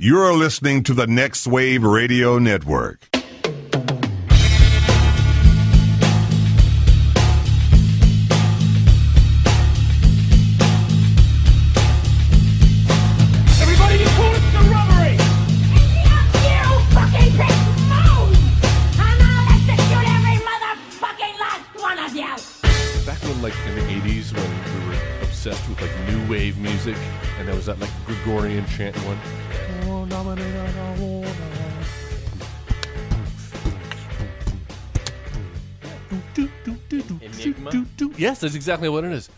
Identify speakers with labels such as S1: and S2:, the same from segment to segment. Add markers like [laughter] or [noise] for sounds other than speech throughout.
S1: You're listening to the Next Wave Radio Network.
S2: Everybody, you call it the robbery!
S3: back when like in the 80s when we were obsessed with like new wave music and there was that like gregorian chant one
S4: Enigma?
S3: yes that's exactly what it is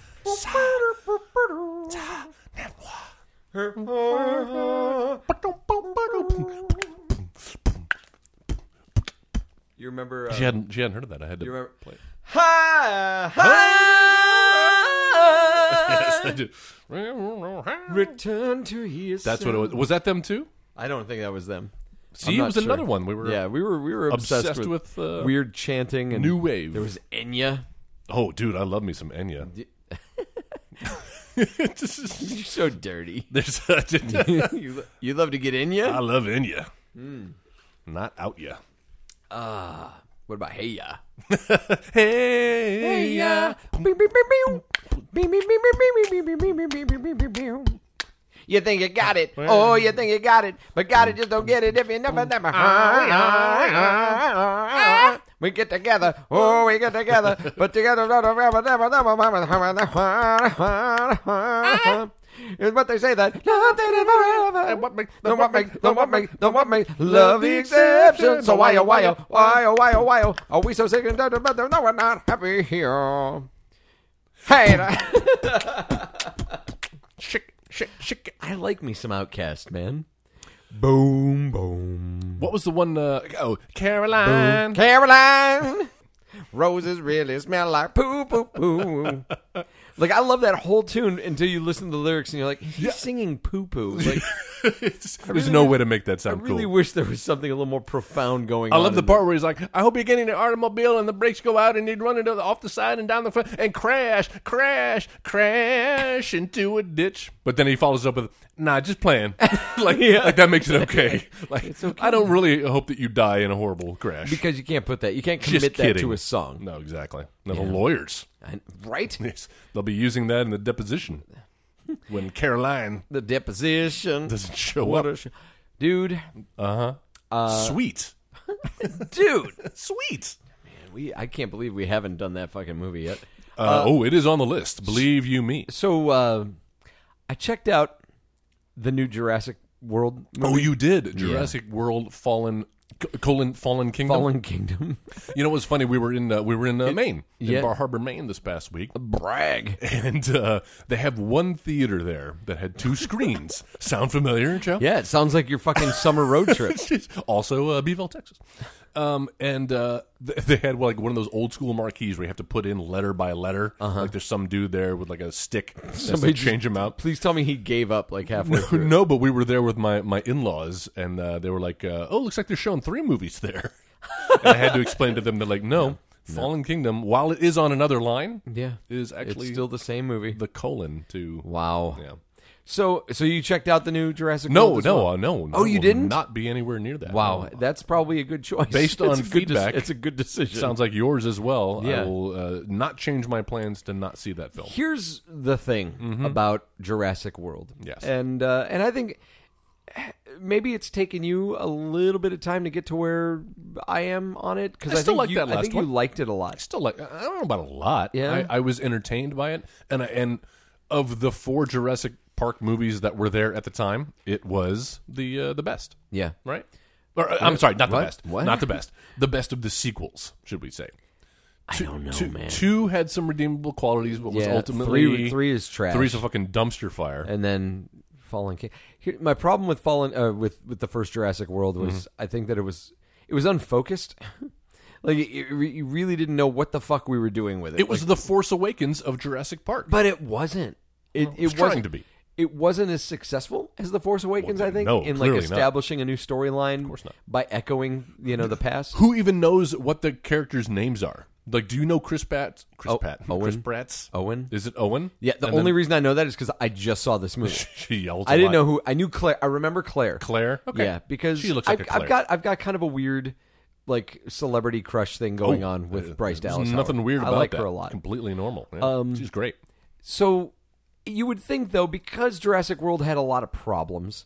S4: You remember? Uh,
S3: she hadn't she hadn't heard of that i had to
S4: You remember?
S3: play it.
S4: Hi,
S3: yes i
S4: hi.
S3: do
S4: Return to yourself.
S3: that's what it was was that them too
S4: I don't think that was them.
S3: see it
S4: not
S3: was
S4: sure.
S3: another one we were
S4: Yeah, we were we were obsessed,
S3: obsessed with, uh,
S4: weird chanting and
S3: new wave
S4: There was Enya. [laughs]
S3: oh dude i love me some enya
S4: You're so dirty.
S3: [laughs] there's i
S4: you, lo- you love to get Enya.
S3: love enya
S4: Hmm.
S3: not out
S4: [laughs]
S3: ya
S4: What about Hey Ya?
S3: hey
S4: You think you got it? Oh, you think you got it? But got it, just don't get it if you never, never. We get together. Oh, we get together. But together, never, never, never, never. Is what they say that love that is forever. And what makes don't what makes don't what makes don't what makes love the exception? So why oh why oh why oh why oh why oh are we so sick and dead? But no, we're not happy here. Hey. [laughs] Shake, shake, shake. I like me some Outcast, man. Boom, boom.
S3: What was the one? Uh, oh, Caroline.
S4: Caroline, roses really smell like poo, poo, poo. like I love that whole tune until you listen to the lyrics and you're like, he's singing poo, [laughs] poo. Like
S3: It's- [laughs] There's no way to make that
S4: I
S3: sound
S4: really
S3: cool.
S4: wish there was something a little more profound going.
S3: I
S4: on
S3: love the
S4: in
S3: part where he's like, "I hope you're getting an automobile and the brakes go out and you'd run into the, off the side and down the front and crash, crash, crash into a ditch." But then he follows up with, "Nah, just playing." [laughs] like, like that makes it
S4: [laughs]
S3: okay. Like, I don't really hope that you die in a horrible crash.
S4: this. because you can't put that. You can't
S3: just
S4: commit
S3: kidding.
S4: that to a song,
S3: No, exactly. No, the lawyers,
S4: I- right?
S3: Yes, they'll be using that in the
S4: [laughs]
S3: deposition when Caroline
S4: The deposition.
S3: doesn't show
S4: What
S3: up.
S4: a sh- uh, dude,
S3: Sweet, [laughs]
S4: dude.
S3: sweet.
S4: We I can't believe we haven't done that fucking movie yet.
S3: Uh, oh, it is on the list. Believe you me.
S4: So uh, I checked out the new Jurassic World movie,
S3: Oh, you did. Jurassic World Fallen c- colon Fallen Kingdom.
S4: Fallen Kingdom.
S3: You know what's funny? We were in uh, we were in uh, Maine,
S4: yeah.
S3: in Bar Harbor, Maine, this past week,
S4: Brag.
S3: and uh, they have one theater there that had two
S4: [laughs]
S3: screens. Sound familiar, Joe? [laughs]
S4: Yeah, it sounds like your fucking summer road trip.
S3: also uh, Beeville, Texas. Um, and uh, th- they had like one of those old school marquees where you have to put in letter by letter. Like there's some dude there with like a stick. Somebody
S4: Uh-huh. Somebody just-
S3: change him out.
S4: Please tell me he gave up like
S3: [laughs]
S4: halfway
S3: No,
S4: through.
S3: no, but we were there with my, my in laws, and uh, they were like, uh, "Oh, looks like they're showing three movies there." [laughs] and I had to explain to them, they're like,
S4: [laughs]
S3: "No, Fallen Kingdom, while it is on another line,
S4: Yeah,
S3: is
S4: it's
S3: actually
S4: still the same movie.
S3: the colon to
S4: wow.
S3: yeah."
S4: So, so you checked out the new Jurassic?
S3: No,
S4: World as
S3: no,
S4: well?
S3: uh, no, no.
S4: Oh, you
S3: will
S4: didn't?
S3: not be anywhere near that.
S4: Wow,
S3: No.
S4: that's probably a good choice.
S3: Based
S4: [laughs] It's
S3: on
S4: a good dec-
S3: feedback,
S4: it's a good decision.
S3: sounds like yours as well. I
S4: Yeah.
S3: will uh, not change my plans to not see that film.
S4: Here's the thing about Jurassic World.
S3: Mm-hmm. Yes.
S4: and uh, and I think maybe it's taken you a little bit of time to get to where I am on it because
S3: I
S4: I,
S3: still
S4: think
S3: like
S4: you,
S3: that
S4: I
S3: last
S4: think
S3: one.
S4: you liked it a lot.
S3: still like I don't know about a lot.
S4: Yeah.
S3: I, I was entertained by it, and I, and of the four Jurassic Park movies that were there at the time, it was the uh, the best.
S4: Yeah,
S3: Right. Or, uh, I'm sorry, not the
S4: What?
S3: best.
S4: What?
S3: Not the best. The best of the sequels, should we say? Two, I
S4: don't know,
S3: two,
S4: man.
S3: Two had some redeemable qualities, but was
S4: Yeah,
S3: ultimately
S4: three- three is trash. Uh,
S3: Three's a fucking dumpster fire.
S4: and then Fallen King. Here, my problem with Fallen uh, with with the first Jurassic World was
S3: Mm-hmm.
S4: I think that it was it was unfocused. [laughs] like it, it, re- you really didn't know what the fuck we were doing with it.
S3: it was the Force Awakens of Jurassic Park.
S4: but it wasn't. It, it
S3: was
S4: wasn't
S3: trying to be.
S4: It wasn't as successful as The Force Awakens,
S3: Well,
S4: I think,
S3: no,
S4: in like
S3: clearly not.
S4: establishing a new storyline
S3: course not.
S4: by echoing, you know, the past.
S3: Who even knows what the characters' names are? Like, do you know Chris Pratt? Chris
S4: Oh,
S3: Pratt.
S4: Owen?
S3: Chris Pratt.
S4: Owen?
S3: Is it Owen?
S4: Yeah, the
S3: And
S4: only
S3: then
S4: reason I know that is because I just saw this movie.
S3: [laughs] she yelled.
S4: I didn't know who. I knew Claire. I remember Claire.
S3: Claire. Okay.
S4: Yeah, because
S3: she looks like
S4: I've,
S3: a Claire.
S4: I've got I've got kind of a weird like celebrity crush thing going
S3: Oh,
S4: on with
S3: uh,
S4: Bryce
S3: there's
S4: Dallas.
S3: Nothing
S4: Howard.
S3: weird
S4: I
S3: about
S4: like
S3: that.
S4: her a lot. Um,
S3: Completely normal. Yeah. She's great.
S4: So you would think though, because Jurassic World had a lot of problems,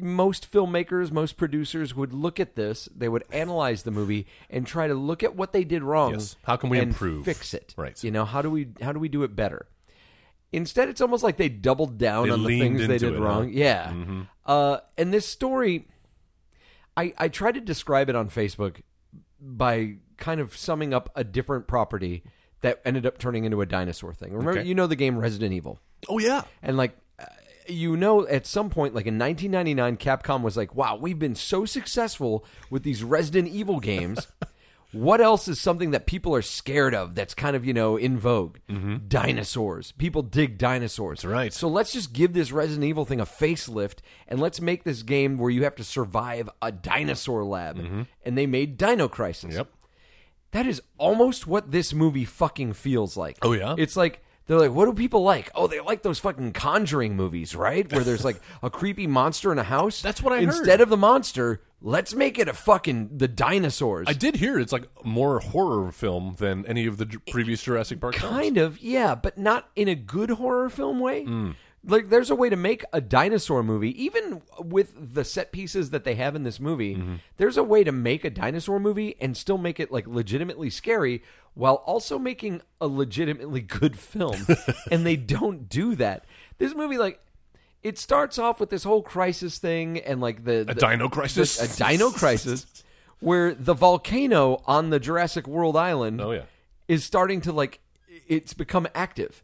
S4: most filmmakers, most producers would look at this, they would analyze the movie and try to look at what they did wrong.
S3: Yes. How can we
S4: and
S3: improve?
S4: Fix it.
S3: Right.
S4: You know, how do we how do we do it better? Instead, it's almost like they doubled down
S3: They
S4: on the
S3: leaned
S4: things they
S3: into
S4: did
S3: it, huh? Mm-hmm.
S4: wrong. Yeah. Uh, and this story, I, I tried to describe it on Facebook by kind of summing up a different property that ended up turning into a dinosaur thing. Remember,
S3: Okay.
S4: you know the game Resident Evil.
S3: Oh yeah.
S4: And like, uh, you know, at some point, like in 1999, Capcom was like, wow, we've been so successful with these Resident
S3: [laughs]
S4: Evil games. what else is something that people are scared of that's kind of, you know, in vogue? Dinosaurs. People dig dinosaurs.
S3: Mm-hmm. right.
S4: So let's just give this Resident Evil thing a facelift and let's make this game where you have to survive a dinosaur lab. And they made Dino Crisis.
S3: Mm-hmm. Yep.
S4: That is almost what this movie fucking feels like.
S3: Oh, yeah?
S4: It's like they're like, what do people like? Oh, they like those fucking conjuring movies, right? Where there's like a creepy monster in a house.
S3: That's what I heard.
S4: Instead of the monster, let's make it a fucking the dinosaurs.
S3: I did hear it's like more horror film than any of the j- previous Jurassic Park. films.
S4: kind of, yeah, but not in a good horror film way. Like there's a way to make a dinosaur movie, even with the set pieces that they have in this movie, there's a way to make a dinosaur movie and still make it like legitimately scary while also making a legitimately
S3: [laughs]
S4: good film. and they don't do that. This movie like it starts off with this whole crisis thing and like the, the
S3: dino crisis?
S4: the- a
S3: [laughs]
S4: dino crisis where the volcano on the Jurassic World island
S3: Oh, yeah.
S4: is starting to like it's become active.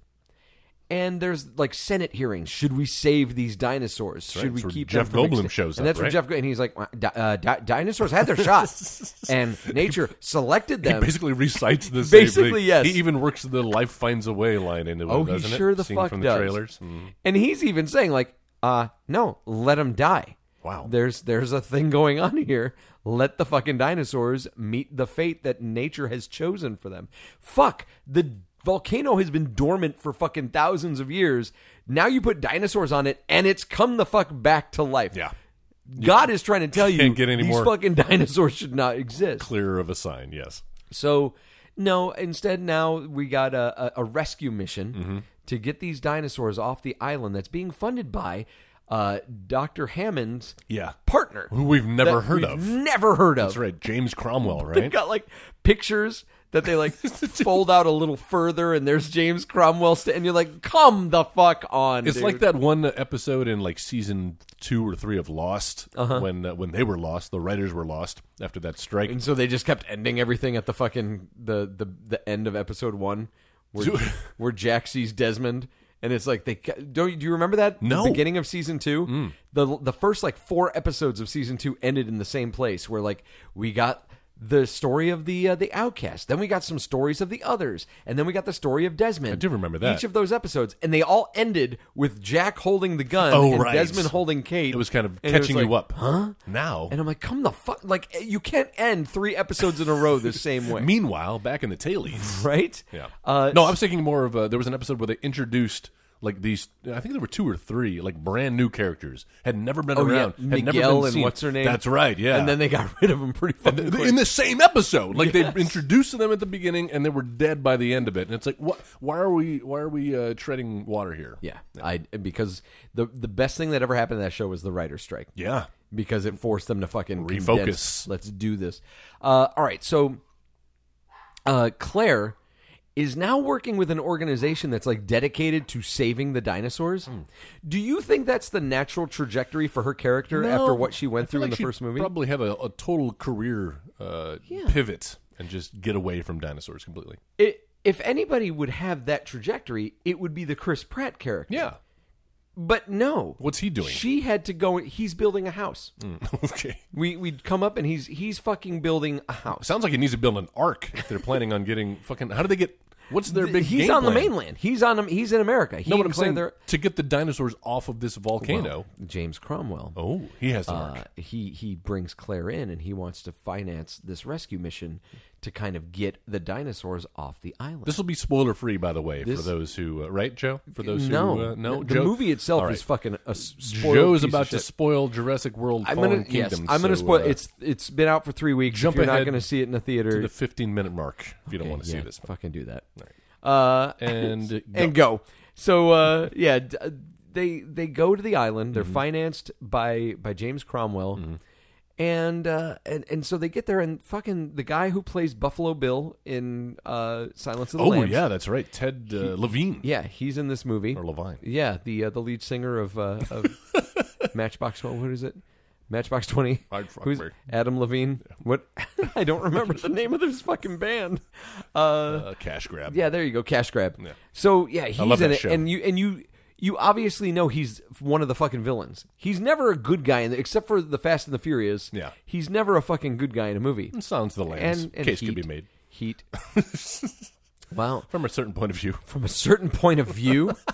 S4: And there's like Senate hearings. Should we save these dinosaurs? Should
S3: right.
S4: we
S3: That's where
S4: keep
S3: Jeff
S4: them from
S3: Goldblum
S4: extin-
S3: shows
S4: And
S3: up,
S4: that's where
S3: right?
S4: Jeff Go- and he's like, "Di- uh, di- dinosaurs had
S3: [laughs]
S4: their shot, and nature selected
S3: He
S4: them.
S3: basically recites
S4: [laughs]
S3: the same
S4: Um, Basically,
S3: thing.
S4: yes.
S3: He even works the "Life Finds a Way" line into
S4: oh,
S3: it,
S4: he
S3: doesn't
S4: sure
S3: it?
S4: the
S3: Seen
S4: fuck
S3: from
S4: does. Mm-hmm.
S3: the trailers. Mm.
S4: And he's even saying like, uh, no, let them die.
S3: Wow.
S4: there's there's a thing going on here. Let the fucking dinosaurs meet the fate that nature has chosen for them. Fuck the volcano has been dormant for fucking thousands of years. Now you put dinosaurs on it, and it's come the fuck back to life.
S3: Yeah.
S4: God is trying to tell you
S3: Can't get any
S4: these
S3: more-
S4: fucking [laughs] dinosaurs should not exist.
S3: Clearer of a sign, yes.
S4: So no, instead now we got a, a, a rescue mission
S3: Mm-hmm.
S4: to get these dinosaurs off the island that's being funded by uh, Dr. Hammond's
S3: Yeah.
S4: partner.
S3: Who we've never
S4: that
S3: heard
S4: we've
S3: of.
S4: Never heard of.
S3: That's right, James Cromwell,
S4: [laughs] They've
S3: right?
S4: got like pictures that
S3: [laughs]
S4: they like fold out a little further and there's James Cromwell st- and you're like, come the fuck on.
S3: It's
S4: dude."
S3: like that one episode in like season two or three of Lost,
S4: Uh-huh.
S3: when uh, when they were lost, the writers were lost after that strike.
S4: And so they just kept ending everything at the fucking the the, the end of episode one, where
S3: Dude.
S4: [laughs] where Jack sees Desmond, and it's like they ca- don't. you- Do you remember that?
S3: No. Mm.
S4: the beginning of season two, the the first like four episodes of season two ended in the same place where like we got the story of the uh, the outcast, then we got some stories of the others, and then we got the story of Desmond. I
S3: do remember that.
S4: Each of those episodes, and they all ended with Jack holding the gun
S3: Oh,
S4: and
S3: right.
S4: Desmond holding Kate.
S3: It was kind of
S4: and it was
S3: catching
S4: like,
S3: you up, huh? Now,
S4: and I'm like, come the fuck! Like, eh, you can't end three episodes in a row the
S3: [laughs]
S4: same way,
S3: meanwhile, back in the
S4: [sighs]
S3: tailies,
S4: right?
S3: Yeah.
S4: Uh,
S3: no, I was thinking more of a, there was an episode where they introduced like these. I think there were two or three like brand new characters had never been
S4: oh yeah,
S3: around. had never
S4: Miguel
S3: been
S4: and
S3: seen.
S4: what's her name?
S3: That's right. Yeah.
S4: And then they got [laughs] rid of him pretty fucking
S3: Th-
S4: quick.
S3: in the same episode, like they introduced them at the beginning, and they were dead by the end of it. And it's like, what? Why are we? Why are we uh, treading water here?
S4: yeah, I because the the best thing that ever happened to that show was the writer's strike.
S3: yeah.
S4: because it forced them to fucking
S3: Refocus.
S4: condense. Let's do this. Uh, all right, so uh, Claire is now working with an organization that's like dedicated to saving the dinosaurs.
S3: Hmm.
S4: Do you think that's the natural trajectory for her character after what she went
S3: I feel
S4: through in
S3: like
S4: the
S3: she'd
S4: first movie?
S3: Probably have a, a total career uh, pivot and just get away from dinosaurs completely.
S4: It- if anybody would have that trajectory, it would be the Chris Pratt character.
S3: Yeah.
S4: But no.
S3: What's he doing? Hmm.
S4: She had to go he's building a house.
S3: [laughs] okay.
S4: We we'd come up and he's he's fucking building a house.
S3: Sounds like he needs to build an ark if they're planning on getting fucking. How do they get? What's their big?
S4: he's
S3: game
S4: on the
S3: plan?
S4: mainland. He's on. He's in America. He
S3: No, what I'm
S4: and Claire,
S3: saying
S4: they're-
S3: to get the dinosaurs off of this volcano.
S4: James Cromwell.
S3: oh, he has an
S4: Uh,
S3: ark.
S4: he he brings Claire in, and he wants to finance this rescue mission to kind of get the dinosaurs off the island.
S3: This will be spoiler free, by the way,
S4: This-
S3: for those who uh, right, Joe. For those
S4: no,
S3: who uh, no,
S4: the
S3: Joe-
S4: movie itself
S3: All right.
S4: is fucking a s- spoiled
S3: Joe's
S4: piece of
S3: about to
S4: shit.
S3: spoil Jurassic World.
S4: I'm
S3: Fallen
S4: gonna yes,
S3: Kingdom,
S4: I'm gonna
S3: so,
S4: spoil.
S3: uh,
S4: it's it's been out for three weeks.
S3: jump
S4: if you're not
S3: ahead
S4: gonna see it in the
S3: to
S4: theater.
S3: the 15 minute mark if you don't
S4: Okay,
S3: want to see
S4: yeah,
S3: this.
S4: Fucking do that. Uh,
S3: And go.
S4: and go. So uh, yeah, d- uh, they they go to the island.
S3: Mm-hmm.
S4: They're financed by by James Cromwell, and uh, and and so they get there and fucking the guy who plays Buffalo Bill in uh, Silence of the
S3: oh
S4: Lambs.
S3: yeah, that's right, Ted uh, Levine
S4: yeah, he's in this movie.
S3: or Levine.
S4: Yeah, the uh, the lead singer of uh,
S3: [laughs]
S4: of Matchbox. What, what is it? Matchbox Twenty.
S3: I'd fuck
S4: Who's
S3: me.
S4: Adam Levine? What? [laughs] I don't remember the name of this fucking band. Uh,
S3: Uh, cash grab.
S4: yeah, there you go, cash grab. So yeah, he's
S3: love
S4: in
S3: that
S4: it,
S3: show.
S4: and you and you you obviously know he's one of the fucking villains. He's never a good guy in the, except for the Fast and the Furious.
S3: Yeah.
S4: he's never a fucking good guy in a movie.
S3: Sounds the lambs.
S4: And, and
S3: Case could be
S4: Heat.
S3: made [laughs]
S4: Heat. wow,
S3: from a certain point of view.
S4: from a certain point of view.
S3: [laughs]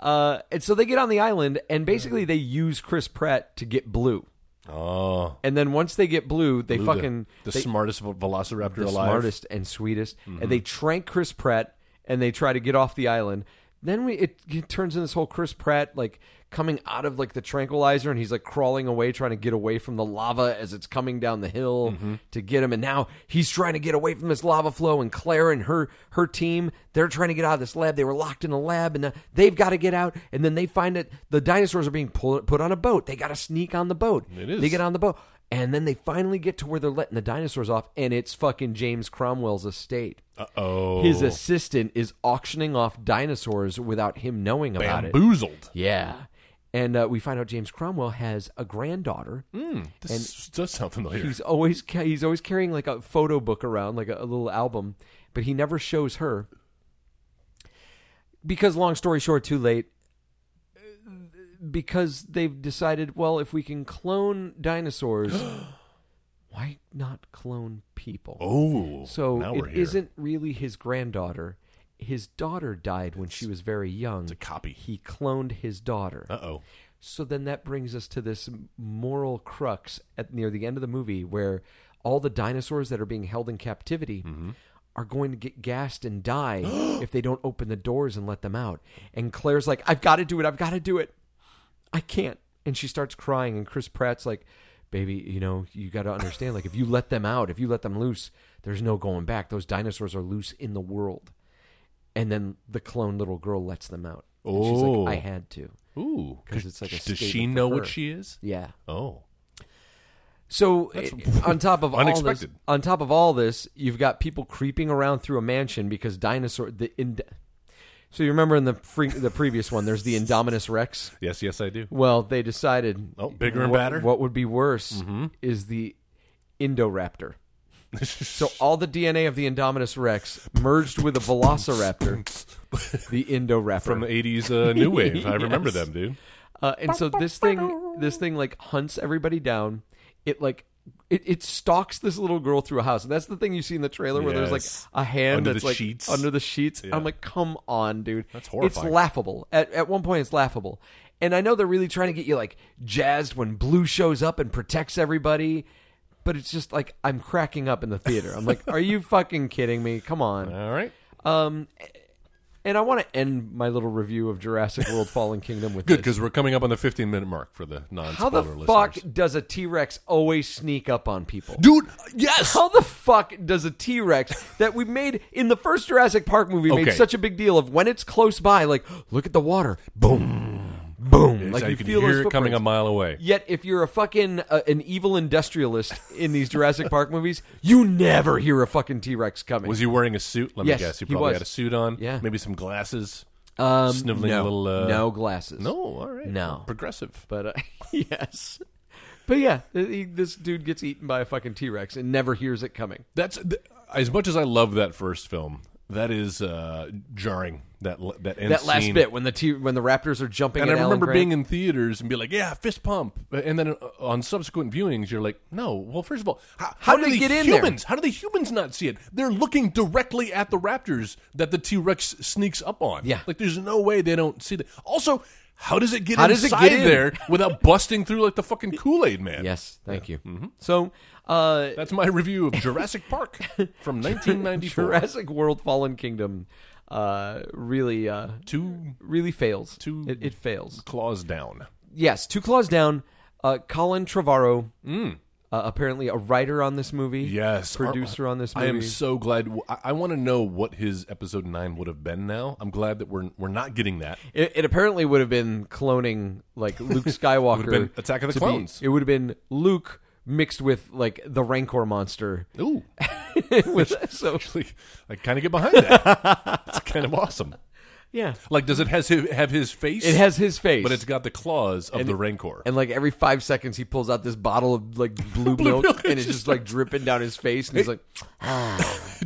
S4: Uh, and so they get on the island, and basically they use Chris Pratt to get blue.
S3: Oh,
S4: And then once they get blue, they
S3: Lou, the-
S4: fucking
S3: the,
S4: they,
S3: smartest vel- Velociraptor
S4: the
S3: alive.
S4: smartest and sweetest,
S3: Mm-hmm.
S4: and they trank Chris Pratt, and they try to get off the island. Then we it, it turns into this whole Chris Pratt like coming out of like the tranquilizer, and he's like crawling away, trying to get away from the lava as it's coming down the hill
S3: Mm-hmm.
S4: to get him. And now he's trying to get away from this lava flow. And Claire and her her team, they're trying to get out of this lab. They were locked in a lab, and now they've got to get out. And then they find that the dinosaurs are being pulled, put on a boat. They got to sneak on the boat.
S3: It is.
S4: They get on the boat. And then they finally get to where they're letting the dinosaurs off, and it's fucking James Cromwell's estate.
S3: Oh,
S4: His assistant is auctioning off dinosaurs without him knowing about it.
S3: bamboozled.
S4: Yeah. And uh, we find out James Cromwell has a granddaughter.
S3: This s- does sound familiar.
S4: He's always ca- he's always carrying like a photo book around, like a, a little album, but he never shows her. Because long story short, too late. uh, Because they've decided, well, if we can clone dinosaurs,
S3: [gasps]
S4: why not clone people?
S3: oh,
S4: so
S3: now
S4: it
S3: we're here.
S4: not really his granddaughter. His daughter died when she was very young.
S3: It's a copy.
S4: He cloned his daughter.
S3: Uh oh.
S4: So then that brings us to this moral crux at near the end of the movie where all the dinosaurs that are being held in captivity are going to get gassed and die if they don't open the doors and let them out. And Claire's like, I've got to do it. I've got to do it. I can't. And she starts crying. And Chris Pratt's like, Baby, you know, you got to understand. Like, if you let them out, if you let them loose, there's no going back. Those dinosaurs are loose in the world. And then the clone little girl lets them out. And she's
S3: Oh.
S4: like, I had to.
S3: Ooh,
S4: 'Cause it's like a
S3: does she
S4: statement for
S3: know
S4: her.
S3: what she is?
S4: Yeah.
S3: Oh,
S4: So i- on top of all this,
S3: unexpected.
S4: on top of all this, you've got people creeping around through a mansion because dinosaur the ind- So you remember in the free, the previous one, there's the Indominus Rex.
S3: yes, yes, I do.
S4: Well, they decided
S3: Oh, bigger and
S4: what,
S3: badder? Mm-hmm.
S4: What would be worse is the
S3: [laughs]
S4: Indoraptor. so all the DNA of the Indominus Rex merged with
S3: [laughs]
S4: a Velociraptor, the Indoraptor
S3: From the '80s uh,
S4: [laughs]
S3: new wave. I remember
S4: Yes.
S3: them, dude.
S4: uh, and so this thing, this thing like hunts everybody down. It like it, it stalks this little girl through a house, and that's the thing you see in the trailer where there's
S3: Yes.
S4: like a hand
S3: Under
S4: that's
S3: the
S4: like
S3: sheets.
S4: under the sheets.
S3: Yeah.
S4: I'm like, come on, dude,
S3: That's horrifying.
S4: It's laughable. At at one point, it's laughable, and I know they're really trying to get you like jazzed when Blue shows up and protects everybody. But it's just like I'm cracking up in the theater. I'm like,
S3: [laughs]
S4: "Are you fucking kidding me? Come on!"
S3: All right.
S4: And I want to end my little review of Jurassic World: Fallen Kingdom with
S3: Good,
S4: this.
S3: because we're coming up on the 15 minute mark for the non
S4: How
S3: spoiler
S4: the
S3: listeners.
S4: fuck does a T Rex always sneak up on people?
S3: Dude, yes!
S4: How the fuck does a T Rex that we made in the first Jurassic Park movie made
S3: Okay.
S4: such a big deal of when it's close by, like, look at the water, boom, boom, like
S3: Like you, can
S4: feel those
S3: hear it coming
S4: footprints.
S3: a mile away.
S4: Yet, if you're a fucking uh, an evil industrialist in these Jurassic Park movies, you never hear a fucking T Rex coming.
S3: Was he wearing a suit? Let
S4: Yes,
S3: me guess. He
S4: he
S3: probably
S4: was.
S3: had a suit on.
S4: Yeah.
S3: Maybe some glasses.
S4: um,
S3: sniveling
S4: no,
S3: a little, uh,
S4: no glasses,
S3: No, all right.
S4: No.
S3: Progressive.
S4: But uh, [laughs] yes. But yeah, he, this dude gets eaten by a fucking T Rex and never hears it coming.
S3: That's th- as much as I love that first film. That is uh, jarring. That l- that end
S4: that last
S3: scene.
S4: bit when the t- when the Raptors are jumping.
S3: And I
S4: at Alan
S3: remember
S4: Grant.
S3: being in theaters and be like, "Yeah, fist pump," and then uh, on subsequent viewings, you're like, "No." Well, first of all, how,
S4: How
S3: do
S4: did
S3: the
S4: it get in there?
S3: humans? How do the humans not see it? They're looking directly at the raptors that the T Rex sneaks up on.
S4: Yeah.
S3: like there's no way they don't see that. Also, How does it get
S4: How does it
S3: inside
S4: get in?
S3: there without busting through like the Mm-hmm. fucking Kool Aid Man?
S4: Yes, thank you. So, uh,
S3: That's my review of Jurassic Park
S4: [laughs]
S3: from 1994.
S4: Jurassic World Fallen Kingdom uh, really uh,
S3: Two
S4: really fails.
S3: Two-
S4: it, it fails.
S3: claws down.
S4: Yes, two claws down. Uh, Colin Trevorrow, uh, apparently a writer on this movie.
S3: Mm. Yes,
S4: producer on this movie.
S3: I am so glad. I, I want to know what his episode nine would have been. Now I'm glad that we're we're not getting that.
S4: It, it apparently would have been cloning
S3: [laughs]
S4: like Luke Skywalker.
S3: been Attack of the
S4: to be-
S3: Clones.
S4: it would have been Luke mixed with like the Rancor
S3: [laughs]
S4: monster. [laughs]
S3: Ooh,
S4: Which, [laughs]
S3: [laughs]
S4: so
S3: actually, I kind of get behind that. It's kind of awesome.
S4: yeah,
S3: Like, does it has his, have his face?
S4: it has his face,
S3: but it's got the claws of the Rancor.
S4: and like every five seconds he pulls out this bottle
S3: [laughs]
S4: of like blue, milk,
S3: milk,
S4: and
S3: it's
S4: it's
S3: just
S4: just like dripping down his face, and
S3: [laughs]
S4: he's like,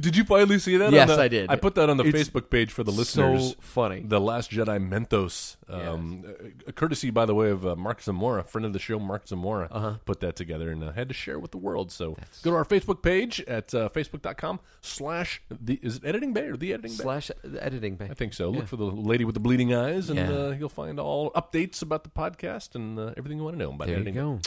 S3: Did you finally see that? on
S4: Yes,
S3: the-
S4: I did.
S3: I put that on the
S4: It's
S3: Facebook page for the
S4: so
S3: listeners.
S4: funny.
S3: The Last Jedi Mentos, um, uh, courtesy, by the way, of uh, Mark Zamora, friend of the show, Mark Zamora,
S4: Uh-huh.
S3: put that together and uh, had to share with the world. So go to our Facebook page at uh, facebook.com slash the is it editing bay or the editing bay?
S4: slash the editing bay.
S3: I think so. Look for the lady with the bleeding eyes, and
S4: Yeah.
S3: uh, you'll find all updates about the podcast and uh, everything you want to know about
S4: There you
S3: editing.
S4: go.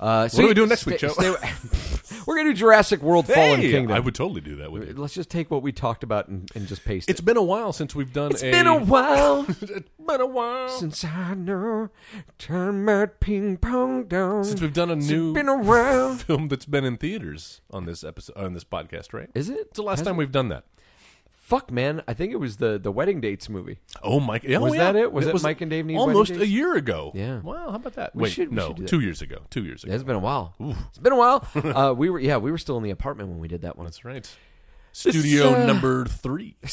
S4: Uh, so
S3: What are we
S4: you-
S3: doing next
S4: stay-
S3: week, Joe?
S4: stay- [laughs] we're gonna do Jurassic World: Fallen
S3: Hey,
S4: Kingdom.
S3: I would totally do that with you.
S4: Let's just take what we talked about and, and just paste
S3: It's
S4: it.
S3: been a while since we've done
S4: It's been a
S3: [laughs]
S4: while
S3: it's been a while.
S4: since I know termite ping pong dong.
S3: Since we've done a
S4: It's
S3: new-
S4: been a while.
S3: film that's been in theaters on this episode on this podcast, right?
S4: Is it?
S3: [laughs] It's the last
S4: Has
S3: time
S4: it?
S3: we've done that.
S4: Fuck, man! I think it was the the wedding dates movie.
S3: Oh, Mike! Oh,
S4: Was
S3: yeah.
S4: that it? Was it Mike and Dave Need
S3: almost
S4: Wedding
S3: a
S4: Dates?
S3: year ago?
S4: Yeah.
S3: Wow, how about that?
S4: We
S3: Wait,
S4: should- we
S3: no,
S4: should do that.
S3: two years ago. Two years ago.
S4: It's been a while. It's been a [laughs] while. uh, we were yeah, we were still in the apartment when we did that one.
S3: that's right. Studio
S4: uh,
S3: number three.
S4: [laughs]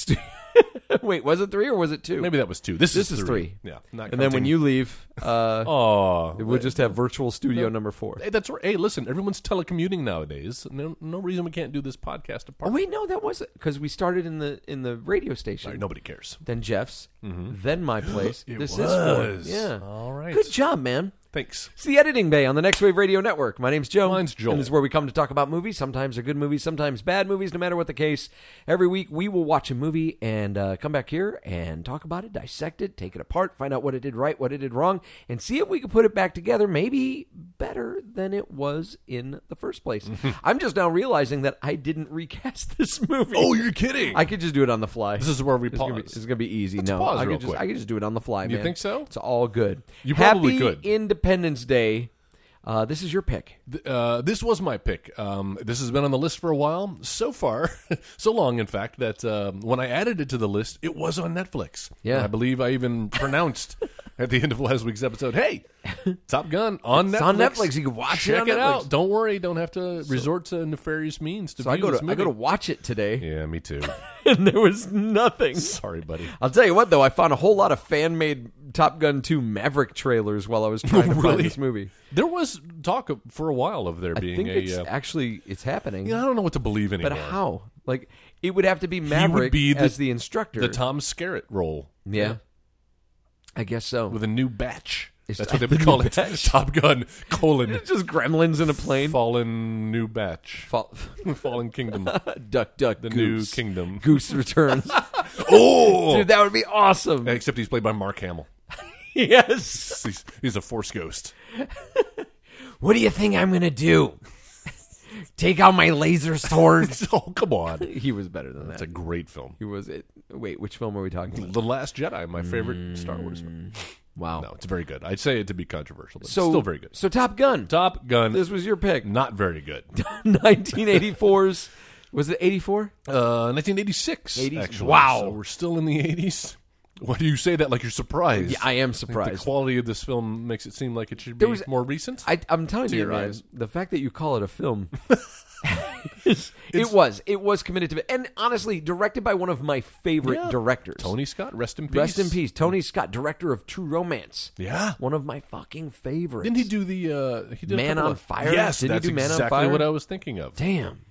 S4: Wait, was it three or was it two?
S3: Maybe that was two. This,
S4: This
S3: is
S4: is
S3: three.
S4: three.
S3: Yeah. Not
S4: And then when you leave, [laughs] uh,
S3: oh,
S4: we'll just have virtual studio number four.
S3: hey, that's right. Hey, listen, everyone's telecommuting nowadays. No, no reason we can't do this podcast
S4: Oh
S3: apart.
S4: wait, no, that wasn't because we started in the in the radio station.
S3: Sorry, nobody cares.
S4: Then Jeff's, then my [gasps] place.
S3: It
S4: this
S3: was.
S4: is four. Mm-hmm. Yeah.
S3: All right.
S4: Good job, man.
S3: Thanks.
S4: It's the editing bay on the Next Wave Radio Network. My name's Joe.
S3: Mine's Joel.
S4: And this is where we come to talk about movies. Sometimes they're good movies, sometimes bad movies, no matter what the case. Every week we will watch a movie and uh, come back here and talk about it, dissect it, take it apart, find out what it did right, what it did wrong, and see if we can put it back together maybe better than it was in the
S3: [laughs]
S4: first place. I'm just now realizing that I didn't recast this movie.
S3: Oh, you're kidding.
S4: I could just do it on the fly.
S3: This is where we
S4: It's gonna be-
S3: pause.
S4: It's gonna be easy. no,
S3: pause
S4: I could
S3: real
S4: just
S3: quick.
S4: I could just do it on the fly.
S3: You
S4: man.
S3: think so?
S4: It's all good.
S3: You probably
S4: Happy
S3: could.
S4: Independence Day. Uh, this is your pick.
S3: Th- uh, this was my pick. Um, this has been on the list for a while, so far, [laughs] so long, in fact, that um, when I added it to the list, it was on Netflix.
S4: Yeah.
S3: And I believe I even [laughs] pronounced at the end of last week's episode, "Hey, Top
S4: [laughs]
S3: Gun on
S4: It's
S3: Netflix.
S4: on Netflix. You can watch it
S3: Check
S4: on
S3: it
S4: Netflix.
S3: out. Don't worry, don't have to resort to nefarious means to
S4: So
S3: view
S4: I go
S3: this
S4: to I
S3: movie.
S4: go to watch it today,
S3: yeah, me
S4: [laughs]
S3: too.
S4: and there was nothing.
S3: Sorry, buddy.
S4: I'll tell you what, though, I found a whole lot of fan made Top Gun 2 Maverick trailers while I was
S3: [laughs]
S4: trying to
S3: Really?
S4: find this movie.
S3: There was talk of, for a while of there
S4: I
S3: being
S4: think
S3: a.
S4: it's
S3: uh,
S4: actually it's happening.
S3: you know, I don't know what to believe anymore.
S4: but how? Like it would have to be Maverick
S3: be the-
S4: as the instructor.
S3: The Tom Skerritt role.
S4: yeah, I guess so. [laughs]
S3: with a new batch.
S4: It's
S3: That's what they
S4: the
S3: would
S4: new
S3: call it. [laughs]
S4: batch.
S3: Top Gun colon
S4: just gremlins in a plane.
S3: fallen new batch,
S4: Fall-
S3: fallen
S4: [laughs]
S3: kingdom,
S4: duck, duck,
S3: the new
S4: goose.
S3: kingdom.
S4: [laughs] Goose returns.
S3: [laughs] Oh,
S4: Dude, that would be
S3: [laughs]
S4: awesome.
S3: except he's played by Mark Hamill.
S4: yes.
S3: He's, he's a force ghost. [laughs]
S4: What do you think I'm gonna do? [laughs] Take out my
S3: [laughs]
S4: laser sword.
S3: Oh, come on!
S4: he was better than
S3: It's a
S4: that.
S3: great film.
S4: He was. It, wait, which film are we talking about?
S3: The Last Jedi, my favorite Star Wars film.
S4: Wow.
S3: No, it's very good. I'd say it to be controversial, but it's
S4: Mm. So
S3: still very good.
S4: So Top Gun.
S3: Top Gun,
S4: this was
S3: [laughs]
S4: your pick. [laughs]
S3: not very good.
S4: 1984's. [laughs] Was it 84?
S3: Uh, 1986.
S4: 80s.
S3: Actually.
S4: Wow.
S3: So we're still in the 80s. Why do you say that like you're surprised?
S4: Yeah, I am
S3: The
S4: surprised.
S3: quality of this film makes it seem like it should be
S4: There was-
S3: more recent.
S4: I, I'm telling you,
S3: your
S4: man,
S3: eyes.
S4: the fact that you call it
S3: [laughs]
S4: a film, [laughs] it was, it was committed to it, and honestly, directed by one of my favorite
S3: Yeah.
S4: directors,
S3: Tony Scott, rest in peace.
S4: Rest in peace, Tony Scott, director of True Romance.
S3: Yeah.
S4: one of my fucking favorites.
S3: Didn't he do the uh, he did a
S4: Man
S3: couple
S4: on
S3: of-
S4: Fire?
S3: Yes,
S4: Didn't he
S3: that's
S4: do Man on
S3: exactly
S4: Fire?
S3: what I was thinking of.
S4: Damn,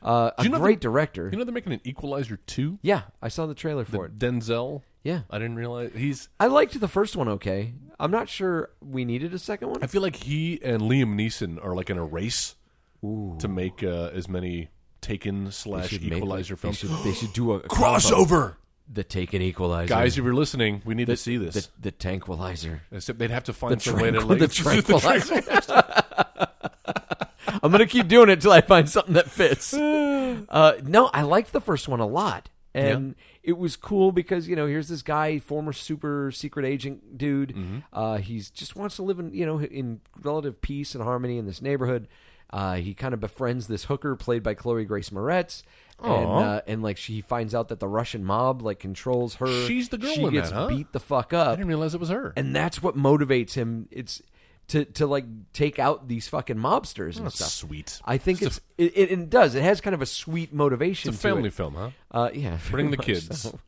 S4: uh, a
S3: you know
S4: great
S3: the-
S4: director.
S3: You know they're making an Equalizer two.
S4: yeah, I saw the trailer for it.
S3: Denzel.
S4: Yeah,
S3: I didn't realize he's.
S4: I liked the first one. Okay, I'm not sure we needed a second one.
S3: I feel like he and Liam Neeson are like in a race to make uh, as many Taken slash
S4: Should make, like,
S3: Equalizer films. [gasps]
S4: [gasps] They should, they should do a a combo.
S3: Crossover.
S4: [gasps] The take and equalizer.
S3: Guys, if you're listening, we need to see this.
S4: The, the tranquilizer.
S3: Except they'd have to find some way to
S4: Tranquil-
S3: like [laughs]
S4: the [laughs] tranquilizer. I'm going to keep doing it till I find something
S3: [sighs]
S4: that fits. Uh, no, I liked the first one a lot. And it was cool because, you know, here's this guy, former super secret agent dude.
S3: Mm-hmm.
S4: Uh, he's just wants to live in, you know, in relative peace and harmony in this neighborhood. Uh, he kind of befriends this hooker played by Chloe Grace Moretz. And, uh, and like she finds out that the Russian mob like controls her.
S3: She's the girl
S4: She
S3: in that,
S4: gets
S3: huh?
S4: beat the fuck
S3: I
S4: up
S3: didn't realize it was her.
S4: and that's what motivates him. It's to to like take out these fucking mobsters and stuff.
S3: sweet.
S4: I think it's, it, it, it does. It has kind of a sweet motivation.
S3: It's a family
S4: To it.
S3: film, huh?
S4: Uh, yeah,
S3: Bring the
S4: very much
S3: kids. [laughs]
S4: so.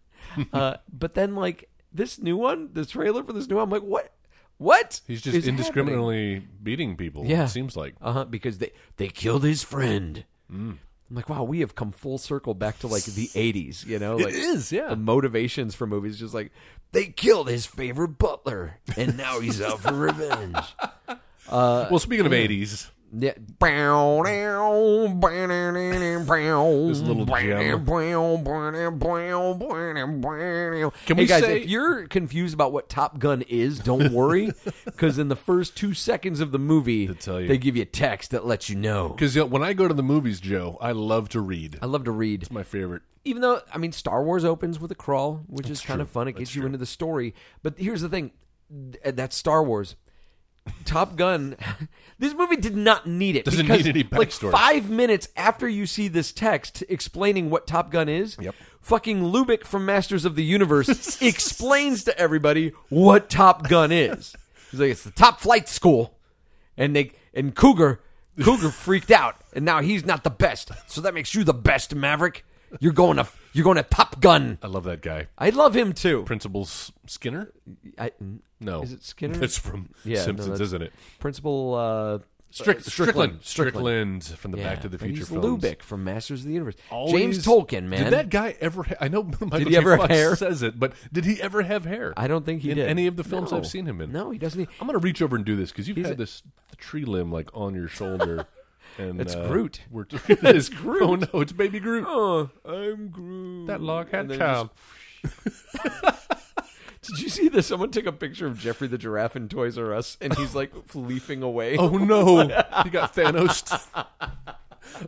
S4: uh, but then like this new one, the trailer for this new one, I'm like, what? What?
S3: He's just indiscriminately beating people.
S4: Yeah.
S3: It seems like.
S4: Uh huh. Because they they killed his friend.
S3: Mm.
S4: I'm like, wow, we have come full circle back to
S3: [laughs]
S4: like the '80s. You know, like,
S3: is, yeah.
S4: The motivations for movies just like they killed his favorite butler, and now he's out
S3: [laughs]
S4: for revenge.
S3: well, speaking of 80s,
S4: Yeah.
S3: This
S4: this
S3: little gem. Can
S4: Can
S3: we
S4: hey guys,
S3: say-
S4: if you're confused about what Top Gun is,
S3: [laughs]
S4: don't worry, because in the first two seconds of the movie,
S3: tell you.
S4: they give you a text that lets you know.
S3: because when I go to the movies, Joe, I love to read.
S4: I love to read,
S3: my favorite.
S4: even though I mean, Star Wars opens with a crawl, which is kind of fun. It gets you into the story, but here's the thing: th- that's Star Wars. Top Gun. [laughs] this movie did not need it.
S3: Doesn't
S4: because,
S3: need any
S4: Like
S3: backstory.
S4: five minutes after you see this text explaining what Top Gun is,
S3: Yep.
S4: fucking Lubick from Masters of
S3: [laughs]
S4: the Universe explains to everybody what Top Gun is. He's like, it's the top flight school, and they and Cougar
S3: [laughs]
S4: Cougar freaked out, and now he's not the best. So that makes you the best, Maverick. You're going to you're going to Top Gun.
S3: I love that guy.
S4: I love him too.
S3: Principal S- Skinner?
S4: I,
S3: No.
S4: Is it Skinner?
S3: That's from
S4: Yeah, no,
S3: Simpsons,
S4: that's-
S3: isn't it?
S4: Principal uh,
S3: Strick-
S4: uh,
S3: Strickland. Strickland from the Back to the
S4: and
S3: Future
S4: he's
S3: films.
S4: Lubick from Masters of the Universe.
S3: Always-
S4: James Tolkien, man.
S3: Did that guy ever? Ha- I know [laughs] Michael
S4: he
S3: J.
S4: ever have
S3: Fox
S4: hair?
S3: says it, but did he ever have hair?
S4: I don't think he
S3: in
S4: did.
S3: any of the films
S4: No.
S3: I've seen him in.
S4: No, he doesn't.
S3: I'm gonna reach over and do this because you've
S4: He's
S3: had
S4: a-
S3: this tree limb like on your
S4: [laughs]
S3: shoulder. And,
S4: It's
S3: uh,
S4: Groot.
S3: We're
S4: [laughs]
S3: it's Groot. [laughs] Oh no, it's baby Groot.
S4: Oh, I'm Groot.
S3: That log had
S4: And then
S3: child.
S4: Did you see this? Someone took a picture of Jeffrey the giraffe in Toys R Us, and he's like [laughs] leafing away.
S3: Oh no, he
S4: [laughs]
S3: got Thanos.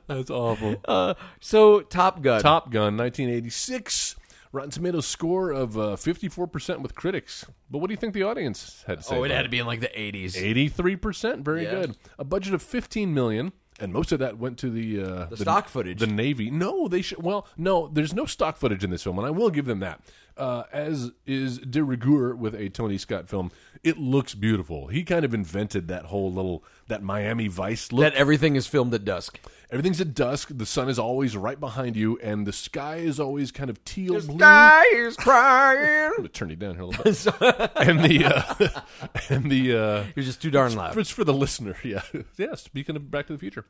S3: That's awful.
S4: Uh, so Top Gun.
S3: Top Gun, 1986. Rotten Tomatoes score of uh, 54% with critics. But what do you think the audience had to say?
S4: oh, it
S3: about
S4: had to be in like the '80s.
S3: 83%. Very
S4: Yeah.
S3: good. A budget of 15 million. And most of that went to the, uh, the
S4: stock footage.
S3: the Navy. No, they should. Well, no, there's no stock footage in this film, and I will give them that. Uh, as is de rigueur with a Tony Scott film, it looks beautiful. He kind of invented that whole little that Miami Vice look.
S4: That everything is filmed at dusk.
S3: Everything's at dusk. The sun is always right behind you, and the sky is always kind of teal blue.
S4: is crying. [laughs]
S3: I'm gonna turn you down here a little bit. and the uh, [laughs] and the uh,
S4: You're just too darn loud.
S3: it's for the listener. [laughs] Yeah, yeah. Speaking of Back to the Future,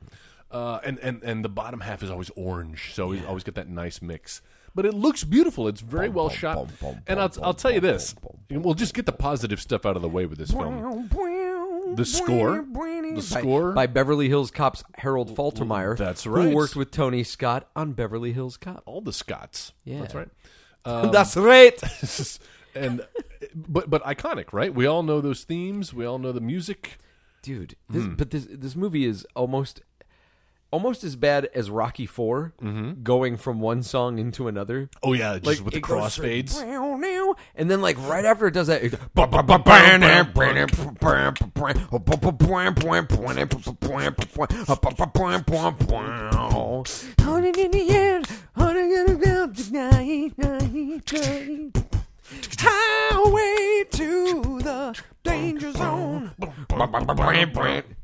S3: uh, and and and the bottom half is always orange, so you always get that nice mix. But it looks beautiful. It's very well shot. and I'll, I'll tell you this, and we'll just get the positive stuff out of the way with this film. The score, the
S4: by,
S3: score.
S4: by Beverly Hills Cops Harold Faltermeyer.
S3: That's
S4: Who
S3: right.
S4: worked with Tony Scott on Beverly Hills Cop.
S3: all the Scots.
S4: Yeah.
S3: That's right. [laughs]
S4: Um, That's right.
S3: and but but iconic, right? We all know those themes. We all know the music.
S4: Dude, this, but this this movie is almost almost as bad as Rocky 4 going from one song into another.
S3: Oh yeah, just
S4: Like,
S3: with the
S4: it goes straight
S3: crossfades.
S4: And then like right after it does that it- Highway to the danger zone.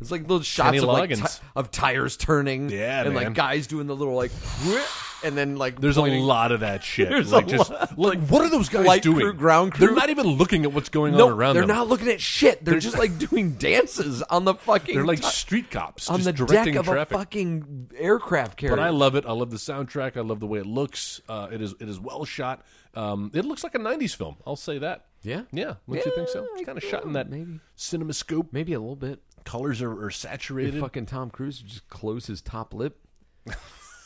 S4: It's like little shots
S3: Kenny
S4: of, like,
S3: Loggins.
S4: ti- of tires turning,
S3: Yeah,
S4: and
S3: man.
S4: like guys doing the little like, "Whip," and then like
S3: There's a
S4: pointing-
S3: lot of
S4: [laughs]
S3: that shit.
S4: There's
S3: like
S4: a
S3: just
S4: lot.
S3: like what are those guys
S4: Flight
S3: doing?
S4: crew, ground crew.
S3: They're not even looking at what's going
S4: No,
S3: on around
S4: they're
S3: them.
S4: not looking at shit. They're just like doing dances on the fucking.
S3: they're like
S4: ti-
S3: street cops
S4: on
S3: just
S4: the
S3: directing
S4: deck of
S3: traffic.
S4: a fucking aircraft carrier.
S3: but I love it. I love the soundtrack. I love the way it looks. Uh, it is it is well shot. Um, it looks like a '90s film. I'll say that.
S4: Yeah?
S3: yeah. Don't you think so?
S4: Yeah,
S3: It's kind of
S4: yeah,
S3: shot in that
S4: maybe.
S3: CinemaScope.
S4: Maybe a little bit.
S3: Colors are, are saturated.
S4: [laughs] Fucking Tom Cruise would just close his top lip.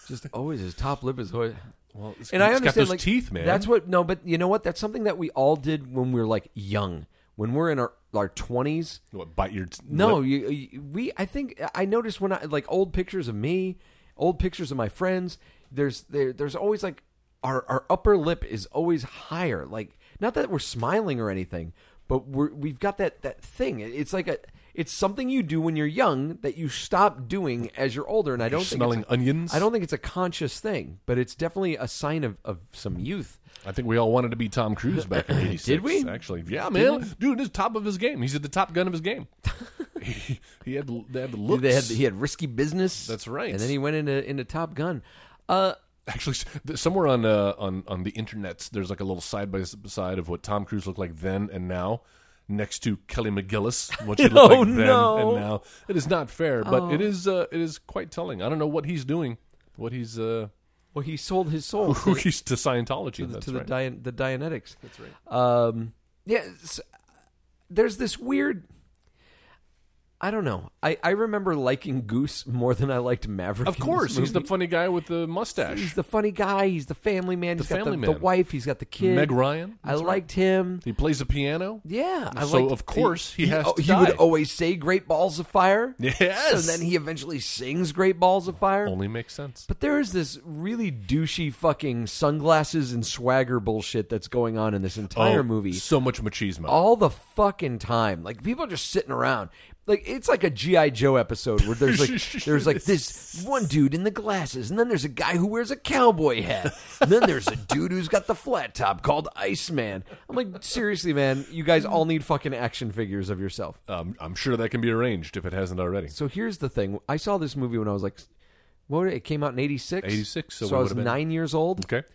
S4: just always his top lip is always.
S3: Well, it's-
S4: and I
S3: it's got
S4: understand
S3: those
S4: like,
S3: teeth, man.
S4: That's what no, but you know what? That's something that we all did when we were like young, when we're in our our twenties.
S3: What, bite your t-
S4: No,
S3: lip?
S4: you, you, we. I think I noticed when I like old pictures of me, old pictures of my friends. There's there, there's always like our our upper lip is always higher. Like not that we're smiling or anything, but we're we've got that that thing. It- It's like a it's something you do when you're young that you stop doing as you're older. And I don't think it's
S3: smelling
S4: a-
S3: onions?
S4: I don't think it's a conscious thing, but it's definitely a sign of of some youth.
S3: I think we all wanted to be Tom Cruise back in
S4: [laughs]
S3: '86.
S4: Did we?
S3: Actually, yeah, man, dude, is top of his game. He's at the top gun of his game.
S4: [laughs]
S3: he, he had the- they had the looks.
S4: They had he had risky business.
S3: That's right.
S4: And then he went into into Top Gun. Uh,
S3: Actually, s- th- somewhere on uh, on on the internet, there's like a little side by side of what Tom Cruise looked like then and now, next to Kelly McGillis,
S4: [laughs]
S3: what she looked
S4: Oh,
S3: like then
S4: no. Oh.
S3: and now. It is not fair, but it is uh, it is quite telling. I don't know what he's doing, what he's uh,
S4: well, he sold his
S3: [laughs]
S4: soul.
S3: who he's to Scientology.
S4: to the,
S3: that's
S4: to the,
S3: right.
S4: Dian- the Dianetics. That's right. Um, yeah, s- there's this weird. I don't know. I, I remember liking Goose more than I liked Maverick.
S3: of
S4: in this
S3: course, he's the
S4: movie.
S3: funny guy with the mustache.
S4: he's the funny guy. He's the family man. He's got
S3: family
S4: the, the
S3: man.
S4: wife. He's got the kid.
S3: Meg Ryan.
S4: I liked him.
S3: He plays the piano.
S4: Yeah, I
S3: So,
S4: liked-
S3: of course, he has
S4: oh,
S3: to
S4: he would
S3: die.
S4: always say "Great Balls of Fire."
S3: Yes.
S4: and then he eventually sings "Great Balls of Fire."
S3: Only makes sense.
S4: But there is this really douchey fucking sunglasses and swagger bullshit that's going on in this entire
S3: Oh,
S4: movie
S3: So much machismo.
S4: all the fucking time. Like people are just sitting around. Like it's like a GI Joe episode where
S3: [laughs]
S4: there's like there's like this one dude in the glasses, and then there's a guy who wears a cowboy hat, and then there's a dude who's got the flat top called Iceman. I'm like, seriously, man, you guys all need fucking action figures of yourself.
S3: um, I'm sure that can be arranged if it hasn't already.
S4: So here's the thing: I saw this movie when I was like, what? It came out in '86.
S3: 86, so
S4: so,
S3: we
S4: I was
S3: would've been-
S4: nine years old.
S3: Okay.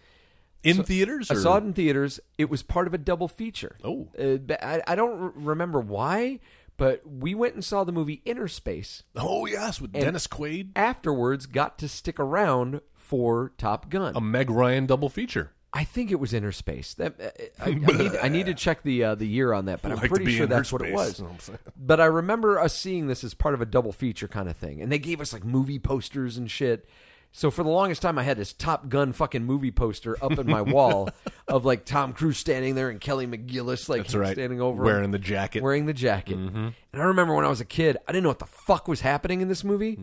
S3: In theaters?
S4: I
S3: or-
S4: saw it in theaters. It was part of a double feature.
S3: Oh.
S4: Uh, but I, I don't r remember why, but we went and saw the movie Inner Space.
S3: Oh, yes, with Dennis Quaid.
S4: Afterwards, got to stick around for Top Gun.
S3: A Meg Ryan double feature.
S4: I think it was Inner Space. That uh, I, I,
S3: [laughs]
S4: need, I need to check the uh, the year on that, but I'm
S3: Like to
S4: pretty
S3: be
S4: sure
S3: in
S4: that's
S3: Inner
S4: what it
S3: Space,
S4: was.
S3: you know what I'm saying? [laughs]
S4: But I remember us seeing this as part of a double feature kind of thing, and they gave us like movie posters and shit. So for the longest time, I had this Top Gun fucking movie poster up in
S3: [laughs]
S4: my wall of like Tom Cruise standing there and Kelly McGillis like
S3: That's right.
S4: standing over him,
S3: Wearing the jacket. Mm-hmm.
S4: wearing the jacket. And I remember when I was a kid, I didn't know what the fuck was happening in this movie,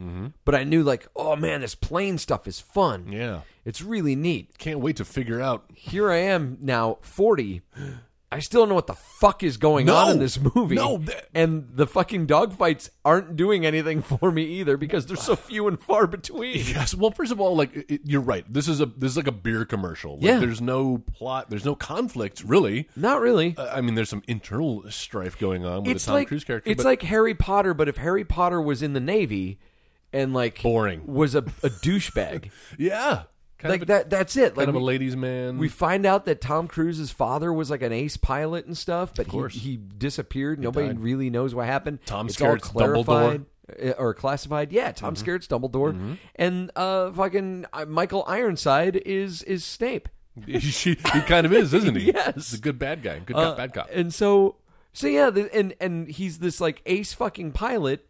S4: but I knew like, oh man, this plane stuff is fun.
S3: Mm-hmm. Yeah.
S4: it's really neat
S3: Can't wait to figure out. [laughs]
S4: here I am now, 40. I still don't know what the fuck is going
S3: No.
S4: on in this movie.
S3: No, that-
S4: and the fucking dogfights aren't doing anything for me either because they're so few and far between.
S3: Yes. Well, first of all, like it, it- you're right. This is a this is like a beer commercial. Like,
S4: Yeah.
S3: There's no plot. There's no conflict really.
S4: Not really.
S3: Uh, I mean, there's some internal strife going on with
S4: it's
S3: the Tom
S4: like
S3: Cruise character.
S4: it's
S3: but
S4: like Harry Potter, but if Harry Potter was in the Navy and like
S3: Boring.
S4: was a, a
S3: [laughs]
S4: douchebag,
S3: yeah, kind
S4: like
S3: of a,
S4: that. That's it.
S3: Kind
S4: like
S3: of a
S4: we-
S3: ladies' man.
S4: We find out that Tom Cruise's father was like an ace pilot and stuff, but he,
S3: course.
S4: he disappeared. Nobody
S3: died.
S4: really knows what happened.
S3: Tom
S4: it's all
S3: Skerritt's Mm-hmm.
S4: clarified uh, or classified. Yeah, Tom Skerritt's Dumbledore, and uh, fucking uh, Michael Ironside is is Snape.
S3: [laughs] he, he kind of is, isn't he?
S4: Yes.
S3: He's a good bad guy. Good
S4: Uh,
S3: cop, bad cop.
S4: And so, so yeah, the, and and he's this like ace fucking pilot.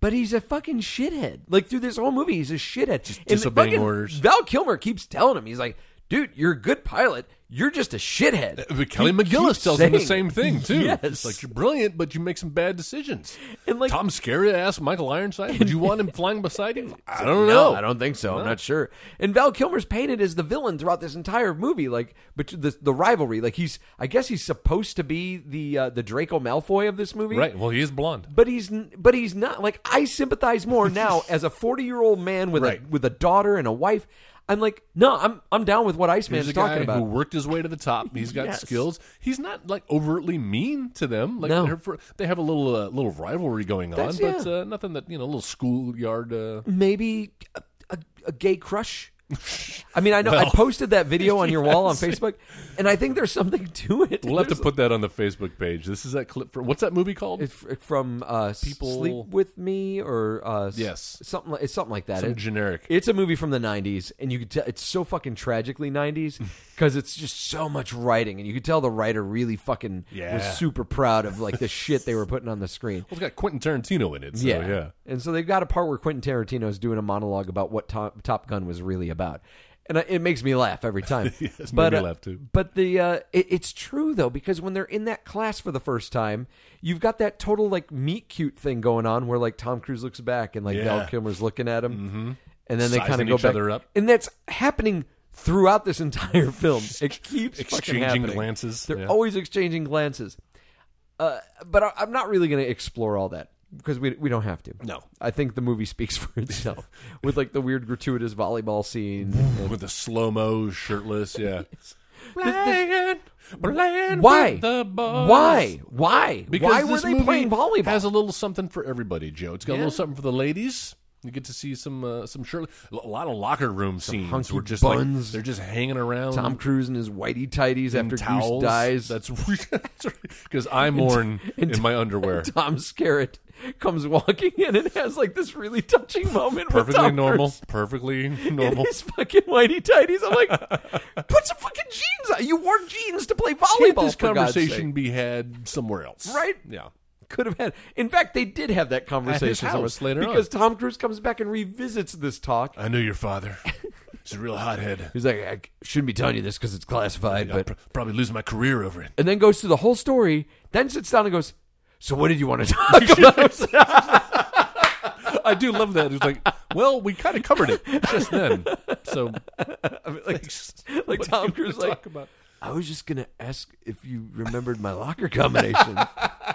S4: But he's a fucking shithead. Like through this whole movie, he's a shithead. Just
S3: disobeying orders.
S4: Val Kilmer keeps telling him, he's like, "Dude, you're a good pilot. You're just a shithead."
S3: Uh, But Kelly
S4: He
S3: McGillis
S4: keeps
S3: tells him the same
S4: saying it.
S3: thing too.
S4: Yes.
S3: It's like you're brilliant, but you make some bad decisions.
S4: And, like-
S3: Tom Skerritt asked Michael Ironside, "Would you want him flying beside
S4: [laughs]
S3: you?" I don't know.
S4: No, I don't think so. I'm not sure. And Val Kilmer's painted as the villain throughout this entire movie, like, but the the rivalry, like he's, I guess he's supposed to be the uh, the Draco Malfoy of this movie,
S3: Right. Well, he is blonde.
S4: But he's n- but he's not. Like I sympathize
S3: [laughs]
S4: more now as a 40 year old man with a
S3: Right.
S4: with a daughter and a wife. I'm like, no, I'm I'm down with what Iceman
S3: He's
S4: is
S3: a guy
S4: talking
S3: who
S4: about.
S3: worked his way to the
S4: [laughs]
S3: top. He's got
S4: Yes.
S3: skills. He's not like overtly mean to them. Like
S4: No.
S3: they're for, they have a little uh, little rivalry going on,
S4: That's-
S3: but
S4: yeah.
S3: uh, nothing that you know, a little schoolyard.
S4: [laughs]
S3: Uh,
S4: Maybe a, a, a gay crush. I mean, I know I
S3: Well.
S4: posted that video on your
S3: [laughs]
S4: wall on Facebook, and I think there's something to it.
S3: we'll have to
S4: There's-
S3: put that on the Facebook page. This is that clip for what's that movie called?
S4: It's f- from uh, people
S3: People-
S4: sleep with me or uh, s-
S3: Yes.
S4: something like, it's something like that.
S3: Some
S4: It-
S3: generic.
S4: It's a movie from the '90s, and you could tell it's so fucking tragically '90s because it's just so much writing, and you could tell the writer really fucking was
S3: Yeah.
S4: super proud of like the shit they were putting on the screen.
S3: well, it's got Quentin Tarantino in it. So, yeah.
S4: yeah, And so they've got a part where Quentin Tarantino is doing a monologue about what Top, Top Gun was really about. and I, it makes me laugh every time.
S3: [laughs] Yes, made
S4: but,
S3: me
S4: uh,
S3: laugh, too.
S4: But the uh, it, it's true though because when they're in that class for the first time, you've got that total like meet cute thing going on where like Tom Cruise looks back and like Val
S3: Yeah. Mm-hmm.
S4: Kilmer's looking at him, and then they
S3: Sizing
S4: kind of go
S3: each
S4: back,
S3: other up.
S4: and that's happening throughout this entire [laughs] film. It keeps fucking
S3: Exchanging
S4: happening.
S3: glances,
S4: They're
S3: yeah.
S4: always exchanging glances. Uh, but I, I'm not really going to explore all that because we we don't have to.
S3: No.
S4: I think the movie speaks [laughs] for itself with like the weird gratuitous volleyball
S3: [laughs]
S4: scene. and-
S3: with the slow mo, shirtless.
S4: [laughs]
S3: Yeah.
S4: Playing,
S3: playing
S4: Why?
S3: with the boys.
S4: Why? Why?
S3: Because
S4: Why were
S3: this
S4: they
S3: movie
S4: playing volleyball?
S3: Has a little something for everybody, Joe. It's got a little something for the ladies. You get to see some uh, some shirtless. A lot of locker room scenes.
S4: hunky
S3: were just
S4: buns.
S3: like they're just hanging around.
S4: Tom Cruise and his whitey tighties
S3: in
S4: after
S3: towels.
S4: Goose dies.
S3: That's [laughs] because I'm worn
S4: [laughs] and- [laughs]
S3: in my underwear.
S4: Tom Skerritt comes walking in and has like this really touching moment. with
S3: Perfectly
S4: Tom
S3: normal.
S4: Cruise [laughs]
S3: Perfectly
S4: in
S3: normal.
S4: his fucking whitey tighties.
S3: [laughs]
S4: I'm like, put some fucking jeans on. You wore jeans to play
S3: Can't
S4: volleyball.
S3: this
S4: for God's sake.
S3: conversation be had somewhere else?
S4: Right?
S3: Yeah.
S4: could have had. In fact, they did have that conversation
S3: house
S4: somewhere,
S3: later on.
S4: because Tom Cruise comes back and revisits this talk.
S3: I knew your father. He's a real
S4: [laughs]
S3: hothead.
S4: He's like, I shouldn't be telling you this because it's classified,
S3: I'll
S4: but
S3: pr- probably lose my career over it.
S4: and then goes through the whole story. Then sits down and goes, "So what did you want to
S3: [laughs]
S4: [laughs] talk about?"
S3: I do love that. It's like, well, we kind of covered it just then.
S4: [laughs]
S3: So,
S4: like, like Tom Cruise, like, I was just gonna ask if you remembered my locker combination. [laughs] I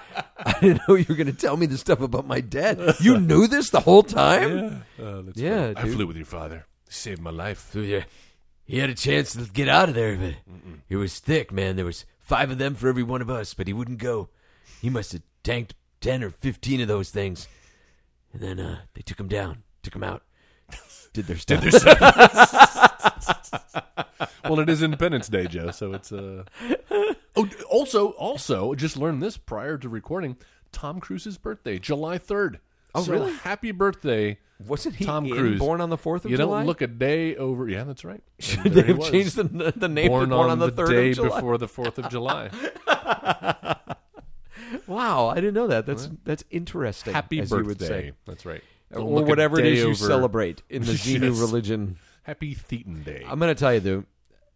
S4: didn't know you were gonna tell me this stuff about my dad. You knew this the whole time. Yeah,
S3: [laughs]
S4: Oh,
S3: I
S4: dude.
S3: flew with your father. He saved my life.
S4: Yeah. He had a chance to get out of there, but it was thick, man. There was five of them for every one of us, but he wouldn't go. He must have tanked ten or fifteen of those things, and then uh, they took him down, took him out, did their stuff.
S3: [laughs] Well, it is Independence Day, Joe. So it's uh. Oh, d- also, also, just learned this prior to recording. Tom Cruise's birthday, July third. Oh,
S4: really?
S3: Happy birthday,
S4: Wasn't he
S3: Tom
S4: in-
S3: Cruise.
S4: born on the 4th of
S3: you
S4: July?
S3: don't look a day over. Yeah, that's right. And
S4: Should
S3: there
S4: [laughs] they
S3: he
S4: have
S3: was.
S4: changed the, the name
S3: Born,
S4: to born on, the, third
S3: day
S4: of July?
S3: before the Fourth of
S4: [laughs]
S3: July.
S4: Wow, I didn't know that. That's that's interesting.
S3: Happy
S4: as
S3: birthday.
S4: you would say.
S3: That's right. Don't
S4: or
S3: look a
S4: whatever it
S3: day
S4: is you
S3: over.
S4: celebrate in
S3: [laughs]
S4: the
S3: Yes.
S4: Xenu religion.
S3: Happy Thetan Day.
S4: I'm gonna tell you, dude.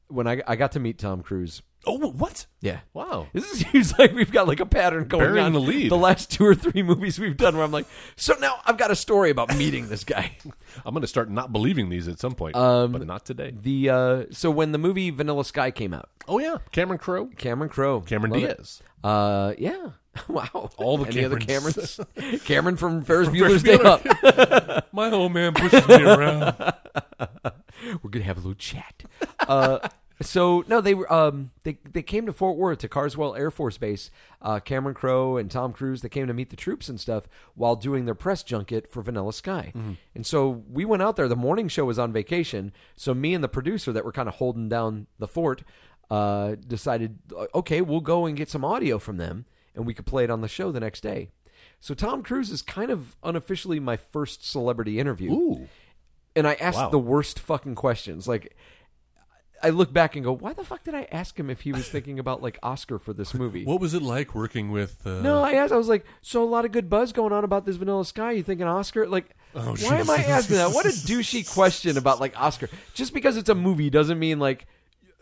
S4: When I I got to meet Tom Cruise,
S3: oh, what?
S4: yeah,
S3: Wow.
S4: [laughs] This is seems like we've got like a pattern going
S3: Burying
S4: on.
S3: the lead.
S4: last two or three movies we've done where I'm like, so now I've got a story about meeting this guy.
S3: [laughs] I'm going to start not believing these at some point,
S4: Um,
S3: but not today.
S4: the uh, so when the movie Vanilla Sky came out,
S3: Oh yeah, Cameron Crowe,
S4: Cameron Crowe,
S3: Cameron
S4: Love it.
S3: Diaz.
S4: uh, yeah, [laughs] wow,
S3: All the
S4: Any other
S3: Camerons.
S4: Camerons,
S5: [laughs]
S4: Cameron from Ferris Bueller's Day Off.
S3: My old man pushes me around. [laughs]
S4: We're gonna have a little chat. Uh, so no, they were um, they they came to Fort Worth to Carswell Air Force Base. Uh, Cameron Crowe and Tom Cruise they came to meet the troops and stuff while doing their press junket for Vanilla Sky.
S3: Mm-hmm.
S4: And so we went out there. The morning show was on vacation, so me and the producer that were kind of holding down the fort uh, decided, uh, okay, we'll go and get some audio from them, and we could play it on the show the next day. So Tom Cruise is kind of unofficially my first celebrity interview
S3: Ooh,
S4: and I asked
S3: Wow.
S4: the worst fucking questions. Like, I look back and go, why the fuck did I ask him if he was thinking about like Oscar for
S3: [laughs]
S4: this movie?
S3: what was it like working with? Uh,
S4: no, I asked. I was like, so a lot of good buzz going on about this Vanilla Sky. You thinking Oscar? Like,
S3: Oh,
S4: why am I asking that? What
S3: [laughs]
S4: a douchey question about like Oscar. Just because it's a movie doesn't mean like,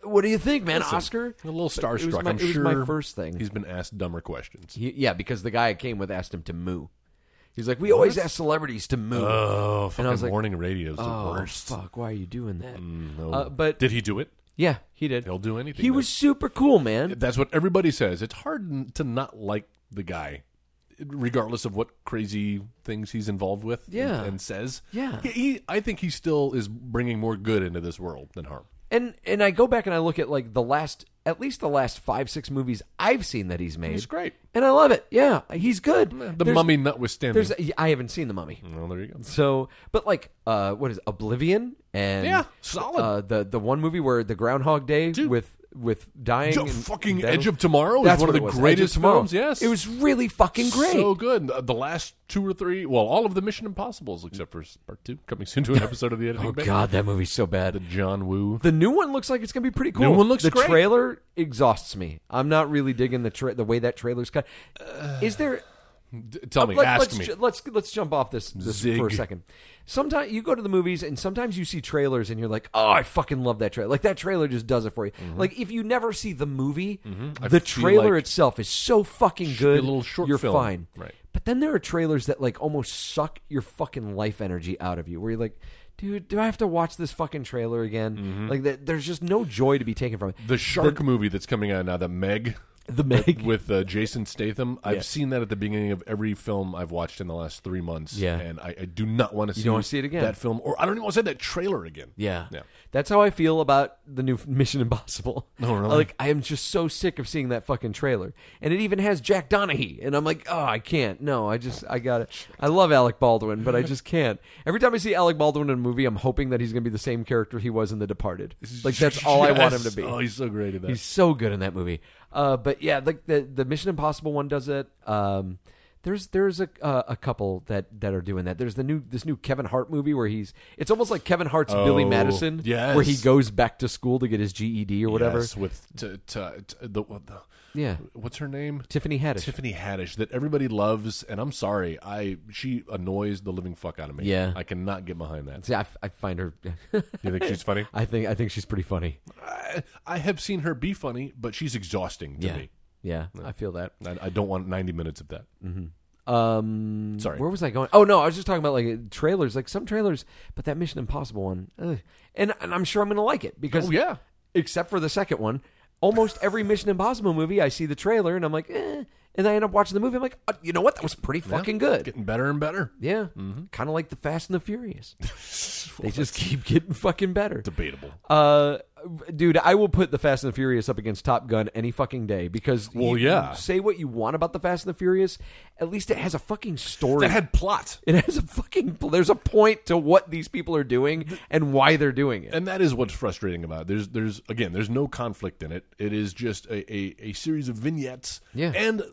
S4: what do you think, man? Oscar?
S3: a little
S4: But It was
S3: starstruck.
S4: my,
S3: I'm
S4: it was
S3: sure
S4: my first thing.
S3: He's been asked dumber questions.
S4: He- yeah, because the guy I came with asked him to moo. He's like, we always ask celebrities to moo.
S3: Oh, fucking
S4: was like,
S3: morning radio's the
S4: oh
S3: worst.
S4: fuck! Why are you doing that?
S3: No.
S4: Uh, but
S3: Did he do it?
S4: yeah, he did.
S3: He'll do anything.
S4: He
S3: though.
S4: was super cool, man.
S3: That's what everybody says. It's hard n- to not like the guy, regardless of what crazy things he's involved with.
S4: Yeah.
S3: and, and says.
S4: Yeah.
S3: he, he- I think he still is bringing more good into this world than harm.
S4: And and I go back and I look at like the last at least the last 5 6 movies I've seen that he's made.
S3: He's great.
S4: And I love it. Yeah, he's good.
S3: The
S4: There's-
S3: mummy notwithstanding.
S4: There's I haven't seen The Mummy.
S3: well, there you go.
S4: So, but like uh what is it, Oblivion and
S3: Yeah, solid.
S4: uh the the one movie where the Groundhog Day with with dying
S3: Joe,
S4: and-
S3: fucking
S4: and that-
S3: Edge of Tomorrow is
S4: That's
S3: one of
S4: what
S3: the
S4: it was, Edge
S3: greatest
S4: Tomorrow.
S3: films, yes.
S4: It was really fucking great.
S3: So good. The- The last two or three, well, all of the Mission Impossibles except for part two, coming soon to an episode of the editing.
S4: oh
S3: Bay.
S4: god, that movie's so bad.
S3: the John Woo.
S4: The new one looks like it's gonna be pretty cool.
S3: one looks
S4: the
S3: great.
S4: trailer exhausts me. I'm not really digging the tra- the way that trailer's cut. Is there
S3: D- tell me,
S5: Let,
S3: ask
S5: let's,
S3: me.
S5: ju- let's let's jump off this, this
S3: Zig.
S5: for a second. Sometimes you go to the movies and sometimes you see trailers and you're like, oh, I fucking love that trailer. Like that trailer just does it for you. Like if you never see the movie,
S3: Mm-hmm. I
S5: the
S3: feel
S5: trailer
S3: like
S5: itself is so fucking
S3: be a
S5: good.
S3: little short
S5: you're
S3: film.
S5: fine.
S3: Right.
S5: But then there are trailers that like almost suck your fucking life energy out of you, where you're like. Dude, do I have to watch this fucking trailer again? Like, th- there's just no joy to be taken from it.
S3: Mm-hmm. the shark movie that's coming out now, the Meg
S5: The Meg.
S3: with uh, Jason Statham. I've
S5: Yeah.
S3: seen that at the beginning of every film I've watched in the last three months.
S5: Yeah.
S3: and I, I do not want to see
S5: don't wanna see it again.
S3: That film, or I don't even want to see that trailer again.
S5: Yeah.
S3: yeah.
S5: That's how I feel about the new [laughs] Mission Impossible.
S3: Oh, really?
S5: Like, I am just so sick of seeing that fucking trailer. And it even has Jack Donaghy. And I'm like, oh, I can't. No, I just, I got it. I love Alec Baldwin, but I just
S3: [laughs]
S5: can't. Every time I see Alec Baldwin in a movie, I'm hoping that he's going to be the same character he was in The Departed. Like, that's all I want him to
S3: Yes.
S5: be.
S3: Oh, he's so great at that.
S5: He's so good in that movie. Uh, but yeah, like the the Mission Impossible one does it. Um, there's there's a uh, a couple that that are doing that. There's the new this new Kevin Hart movie where he's it's almost like Kevin Hart's Billy
S3: Oh,
S5: Madison,
S3: yes.
S5: where he goes back to school to get his GED or whatever.
S3: Yes, with t- t- t- the, what the
S5: Yeah,
S3: what's her name?
S5: Tiffany Haddish.
S3: Tiffany Haddish that everybody loves, and I'm sorry, I she annoys the living fuck out of me.
S5: Yeah.
S3: I cannot get behind that.
S5: See, I, f- I find her. [laughs]
S3: You think she's funny?
S5: I think I think she's pretty funny.
S3: I, I have seen her be funny, but she's exhausting to
S5: Yeah.
S3: me.
S5: Yeah, I feel that.
S3: I, I don't want 90 minutes of that.
S5: Um,
S3: Sorry.
S5: where was I going? Oh no, I was just talking about like trailers, like some trailers, but that Mission Impossible one, ugh. and and I'm sure I'm going to like it because
S3: Oh, yeah.
S5: except for the second one, almost every Mission Impossible movie, I see the trailer and I'm like, eh, and I end up watching the movie. I'm like, uh, you know what? That was pretty fucking good.
S3: Getting better and better.
S5: Yeah,
S3: Mm-hmm.
S5: kind of like the Fast and
S3: [laughs]
S5: the Furious. they just keep getting fucking better.
S3: Debatable.
S5: Uh, dude, I will put the Fast and the Furious up against Top Gun any fucking day because
S3: Well,
S5: you-
S3: yeah.
S5: say what you want about the Fast and the Furious, at least it has a fucking story.
S3: That had plot.
S5: It has a fucking. There's a point to what these people are doing and why they're doing it.
S3: And that is what's frustrating about it. There's, there's again, there's no conflict in it. It is just a, a, a series of vignettes.
S5: Yeah.
S3: And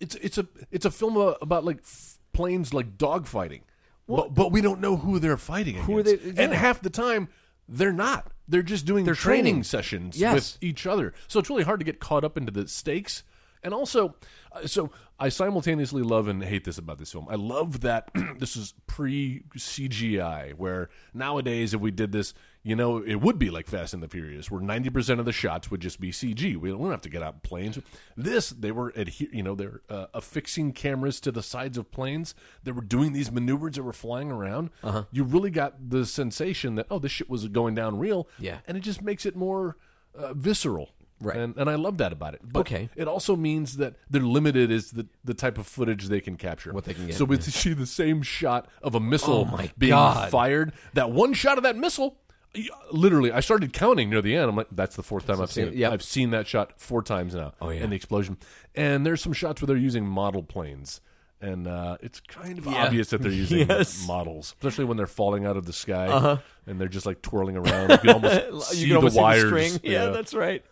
S3: it's it's a it's a film a- about like f- planes like dogfighting, but, but we don't know who they're fighting.
S5: Who are
S3: against.
S5: they-
S3: And
S5: yeah.
S3: half the time they're not. They're just doing
S5: They're
S3: training,
S5: training.
S3: sessions
S5: Yes.
S3: with each other. So it's really hard to get caught up into the stakes. And also, uh, so I simultaneously love and hate this about this film. I love that [clears throat] this is pre CGI, where nowadays, if we did this, you know, it would be like Fast and the Furious, where 90% of the shots would just be CG. We don't, we don't have to get out in planes. This, they were, adhe- you know, they're uh, affixing cameras to the sides of planes. They were doing these maneuvers that were flying around. Uh-huh. You really got the sensation that, oh, this shit was going down real.
S5: Yeah.
S3: And it just makes it more uh, visceral.
S5: Right.
S3: And, and I love that about it. But
S5: Okay.
S3: It also means that they're limited is the, the type of footage they can capture.
S5: What they can get,
S3: So we see the same shot of a missile
S5: Oh my
S3: being
S5: God.
S3: fired. That one shot of that missile, y- literally, I started counting near the end. I'm like, that's the fourth time I've seen it.
S5: yep.
S3: I've seen that shot four times now. Oh,
S5: yeah.
S3: And the explosion. And there's some shots where they're using model planes. And uh, it's kind of obvious
S5: [laughs]
S3: that they're using
S5: Yes. Uh-huh.
S3: models, especially when they're falling out of the sky and they're just like twirling around. You can
S5: [laughs]
S3: almost see the wires. [laughs]
S5: Yeah, that's right.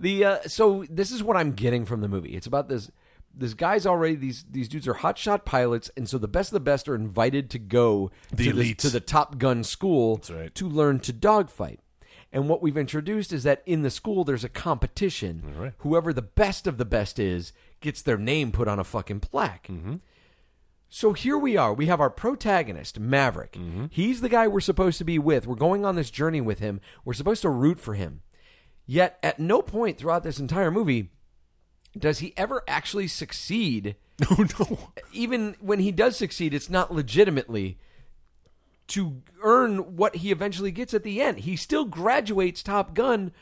S5: The uh, so this is what I'm getting from the movie. It's about this this guy's already these these dudes are hotshot pilots, and so the best of the best are invited to go
S3: The
S5: to, this-
S3: elite.
S5: to the Top Gun school
S3: right.
S5: to learn to dogfight. And what we've introduced is that in the school there's a competition. Whoever the best of the best is gets their name put on a fucking plaque.
S3: Mm-hmm.
S5: So here we are. We have our protagonist, Maverick.
S3: Mm-hmm.
S5: He's the guy we're supposed to be with. We're going on this journey with him. We're supposed to root for him. Yet at no point throughout this entire movie does he ever actually succeed.
S3: [laughs] Oh, no.
S5: Even when he does succeed, it's not legitimately to earn what he eventually gets at the end. He still graduates Top Gun,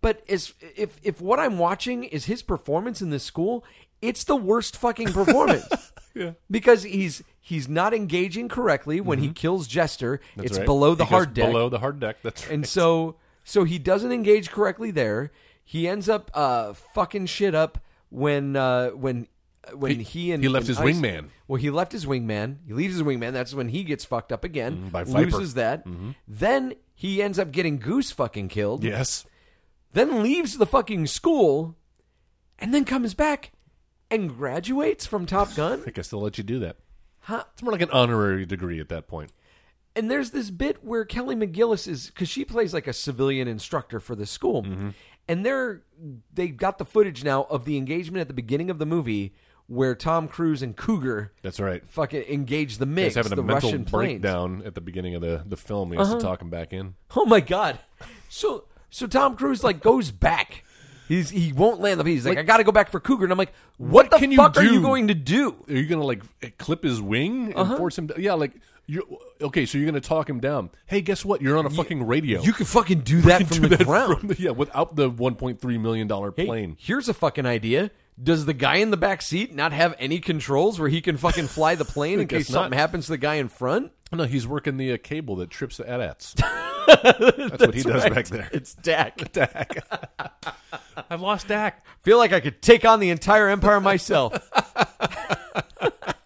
S5: but as if if what I'm watching is his performance in this school, it's the
S3: [laughs]
S5: worst fucking performance. yeah. Because he's he's not engaging correctly when he kills Jester. it's
S3: Mm-hmm. right.
S5: below the
S3: He goes
S5: hard deck.
S3: Below the hard deck. That's right.
S5: And so so he doesn't engage correctly there. He ends up uh fucking shit up when uh when when he,
S3: He-
S5: and
S3: he left
S5: and
S3: his
S5: Ice-
S3: wingman.
S5: Well, he left his wingman. He leaves his wingman. That's when he gets fucked up again.
S3: Mm, by Viper. Mm-hmm.
S5: loses that. Then he ends up getting goose fucking killed.
S3: [laughs] yes.
S5: Then leaves the fucking school, and then comes back and graduates from
S3: [laughs]
S5: Top Gun.
S3: I think I still let you do that. It's more like an honorary degree at that point.
S5: and there's this bit where Kelly McGillis is because she plays like a civilian instructor for the
S3: Mm-hmm.
S5: school, and they're they got the footage now of the engagement at the beginning of the movie where Tom Cruise and Cougar
S3: That's right.
S5: fucking engage the
S3: He's
S5: mix,
S3: having a
S5: the
S3: mental
S5: Russian planes. Uh-huh.
S3: breakdown at the beginning of the, the film. He has to talk him back in.
S5: Oh my god! So so Tom Cruise like goes back. He's he won't land the. He's like, I got to go back for Cougar, and I'm like, what, the
S3: can you
S5: fuck are
S3: do?
S5: you going to do?
S3: Are you gonna like clip his wing and
S5: Uh-huh.
S3: force him? To, yeah, like you. Okay, so you're gonna talk him down. Hey, guess what? You're on a fucking radio.
S5: You can fucking do that from
S3: do
S5: the
S3: that
S5: ground.
S3: from the- [laughs] yeah, without the 1.3 million dollar
S5: Hey,
S3: plane.
S5: Here's a fucking idea. Does the guy in the back seat not have any controls where he can fucking fly
S3: [laughs]
S5: the plane in
S3: guess
S5: case something
S3: not.
S5: happens to the guy
S3: [laughs]
S5: in front?
S3: No, he's working the uh, cable that trips the
S5: [laughs]
S3: AT-ATs. That's, what he does back there.
S5: It's [laughs] Dak. I
S3: I've lost Dak.
S5: feel like I could take on the entire
S3: [laughs]
S5: empire myself.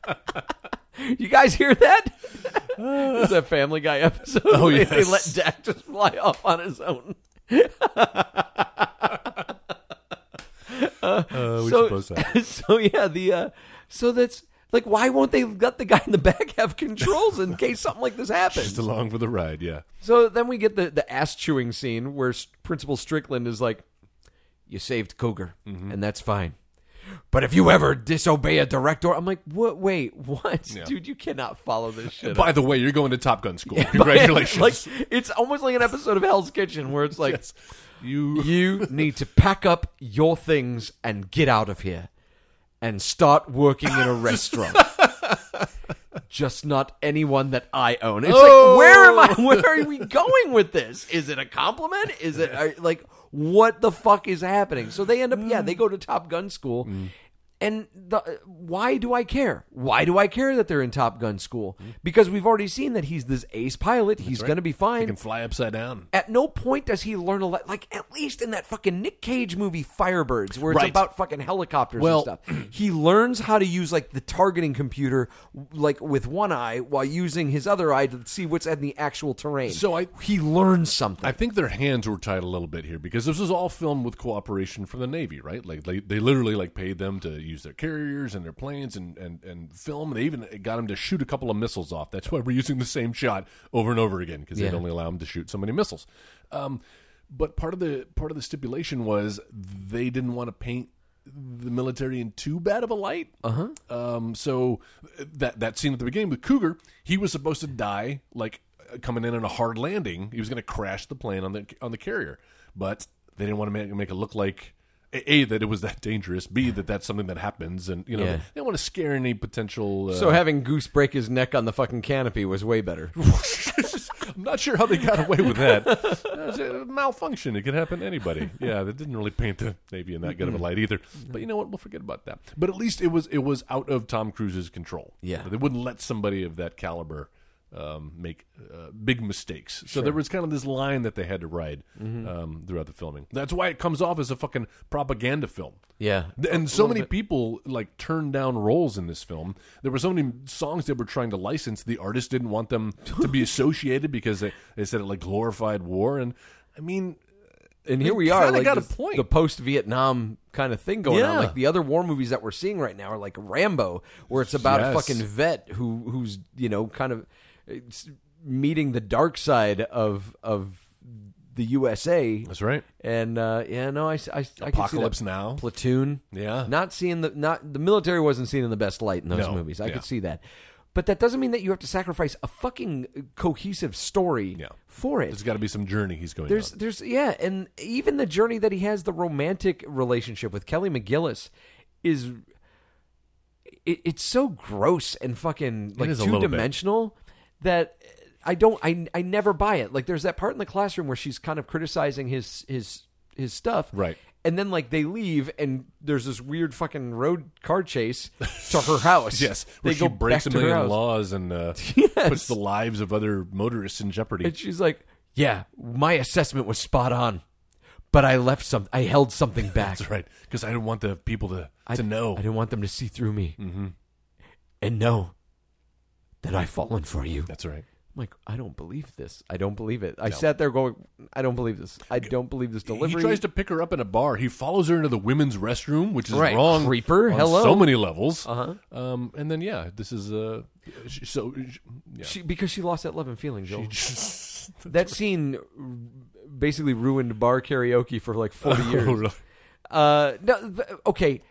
S5: [laughs] you guys hear that?
S3: [laughs]
S5: it's a Family Guy episode.
S3: Oh,
S5: [laughs] They- They
S3: yes.
S5: let Dak just fly off on his own.
S3: Uh, we
S5: so,
S3: suppose so.
S5: [laughs] so yeah, the uh, so that's like why won't they let the guy in the back have controls in case something like this happens?
S3: Just along for the ride. Yeah.
S5: So then we get the, the ass chewing scene where S- Principal Strickland is like, "You saved Cougar,
S3: Mm-hmm.
S5: and that's fine, but if you ever disobey a director, I'm like, what? Wait, what, dude? You cannot follow this shit."
S3: By
S5: up." [laughs]
S3: the way, you're going to Top Gun school. Congratulations.
S5: like it's almost like an episode of Hell's Kitchen where it's like,
S3: Yes. you.
S5: you need to pack up your things and get out of here and start working
S3: [laughs]
S5: in a restaurant. Just not anyone that I own. It's
S3: Oh.
S5: like, where am I? Where are we going with this? Is it a compliment? Is it are, like, what the fuck is happening? So they end up, yeah, they go to Top Gun school.
S3: Mm.
S5: And the, why do I care? Why do I care that they're in Top Gun school? Because we've already seen that he's this ace pilot. He's going to be fine.
S3: can fly upside down.
S5: At no point does he learn a lot. Like at least in that fucking Nick Cage movie Firebirds, where it's
S3: Right.
S5: about fucking helicopters
S3: Well-
S5: and stuff. [clears throat] He learns how to use like the targeting computer, like with one eye, while using his other eye to see what's in the actual terrain.
S3: So I-
S5: he learns something.
S3: I think their hands were tied a little bit here because this was all filmed with cooperation from the Navy, right? Like they, they literally like paid them to use their carriers and their planes and, and, and film. They even got them to shoot a couple of missiles off. That's why we're using the same shot over and over again because
S5: Yeah.
S3: they'd only allow them to shoot so many missiles. Um, but part of the part of the stipulation was they didn't want to paint the military in too bad of a light.
S5: Uh-huh.
S3: Uh huh. Um, so that that scene at the beginning with Cougar, he was supposed to die like uh, coming in on a hard landing. He was going to crash the plane on the on the carrier, but they didn't want to make, make it look like a A, that it was that dangerous. B that that's something that happens, and you know
S5: Yeah.
S3: they, don't want to scare any potential. Uh,
S5: so having Goose break his neck on the fucking canopy was way better.
S3: [laughs] I'm not sure how they got away with that. It's a malfunction. It could happen to anybody. Yeah, that didn't really paint the Navy in that good of a light either. But you know what? We'll forget about that. But at least it was it was out of Tom Cruise's control.
S5: Yeah.
S3: they wouldn't let somebody of that caliber um, make uh, big mistakes. So there was kind of this line that they had to ride um, throughout the filming. That's why it comes off as a fucking propaganda film.
S5: Yeah.
S3: Th- and so many people like turned down roles in this film. There were so many songs they were trying to license. The artist didn't want them to
S5: [laughs]
S3: be associated because they, they said it like glorified war. And I mean,
S5: and
S3: They
S5: here we are,
S3: kinda
S5: like
S3: got a
S5: this-
S3: point.
S5: the post Vietnam kind of thing going on.
S3: Yeah.
S5: Like the other war movies that we're seeing right now are like Rambo, where it's about
S3: Yes.
S5: a fucking vet who who's you know kind of it's meeting the dark side of of the USA.
S3: that's right.
S5: And uh, yeah, no, I, s- I s- I could see that.
S3: Apocalypse Now.
S5: platoon.
S3: Yeah.
S5: not seeing the not the military wasn't seen in the best light in those
S3: No.
S5: movies. I
S3: Yeah.
S5: could see that. But that doesn't mean that you have to sacrifice a fucking cohesive story
S3: Yeah.
S5: for it.
S3: There's got to be some journey he's going
S5: There's,
S3: on.
S5: there's, yeah, and even the journey that he has, the romantic relationship with Kelly McGillis, is it, it's so gross and fucking like
S3: is a
S5: two
S3: little bit.
S5: dimensional that I don't, I, I never buy it. Like, there's that part in the classroom where she's kind of criticizing his, his, his stuff,
S3: Right.
S5: And then like they leave, and there's this weird fucking road car chase to her
S3: [laughs]
S5: house.
S3: Yes,
S5: they
S3: where
S5: go
S3: she breaks a
S5: back to her
S3: million
S5: house. [laughs]
S3: laws and uh, puts the lives of other motorists in jeopardy.
S5: And she's like, "Yeah, my assessment was spot on, but I left some. I held something back.
S3: that's right, because I didn't want the people to,
S5: I,
S3: to know.
S5: I didn't want them to see through me
S3: Mm-hmm.
S5: and know that I've fallen for you." I'm
S3: that's right.
S5: like, I don't believe this. I don't believe it. I sat there going, "I don't believe this. I don't believe this delivery."
S3: He tries to pick her up in a bar. He follows her into the women's restroom, which is
S5: Right.
S3: wrong.
S5: Creeper.
S3: on
S5: Hello.
S3: So many levels.
S5: Uh-huh.
S3: Um, and then yeah, this is uh, sh- so sh- yeah. [laughs]
S5: she, because she lost that love and feeling, Joel. [laughs] that scene
S3: [laughs]
S5: basically ruined bar karaoke for like 40 years.
S3: Oh, really?
S5: Uh, no, th- okay.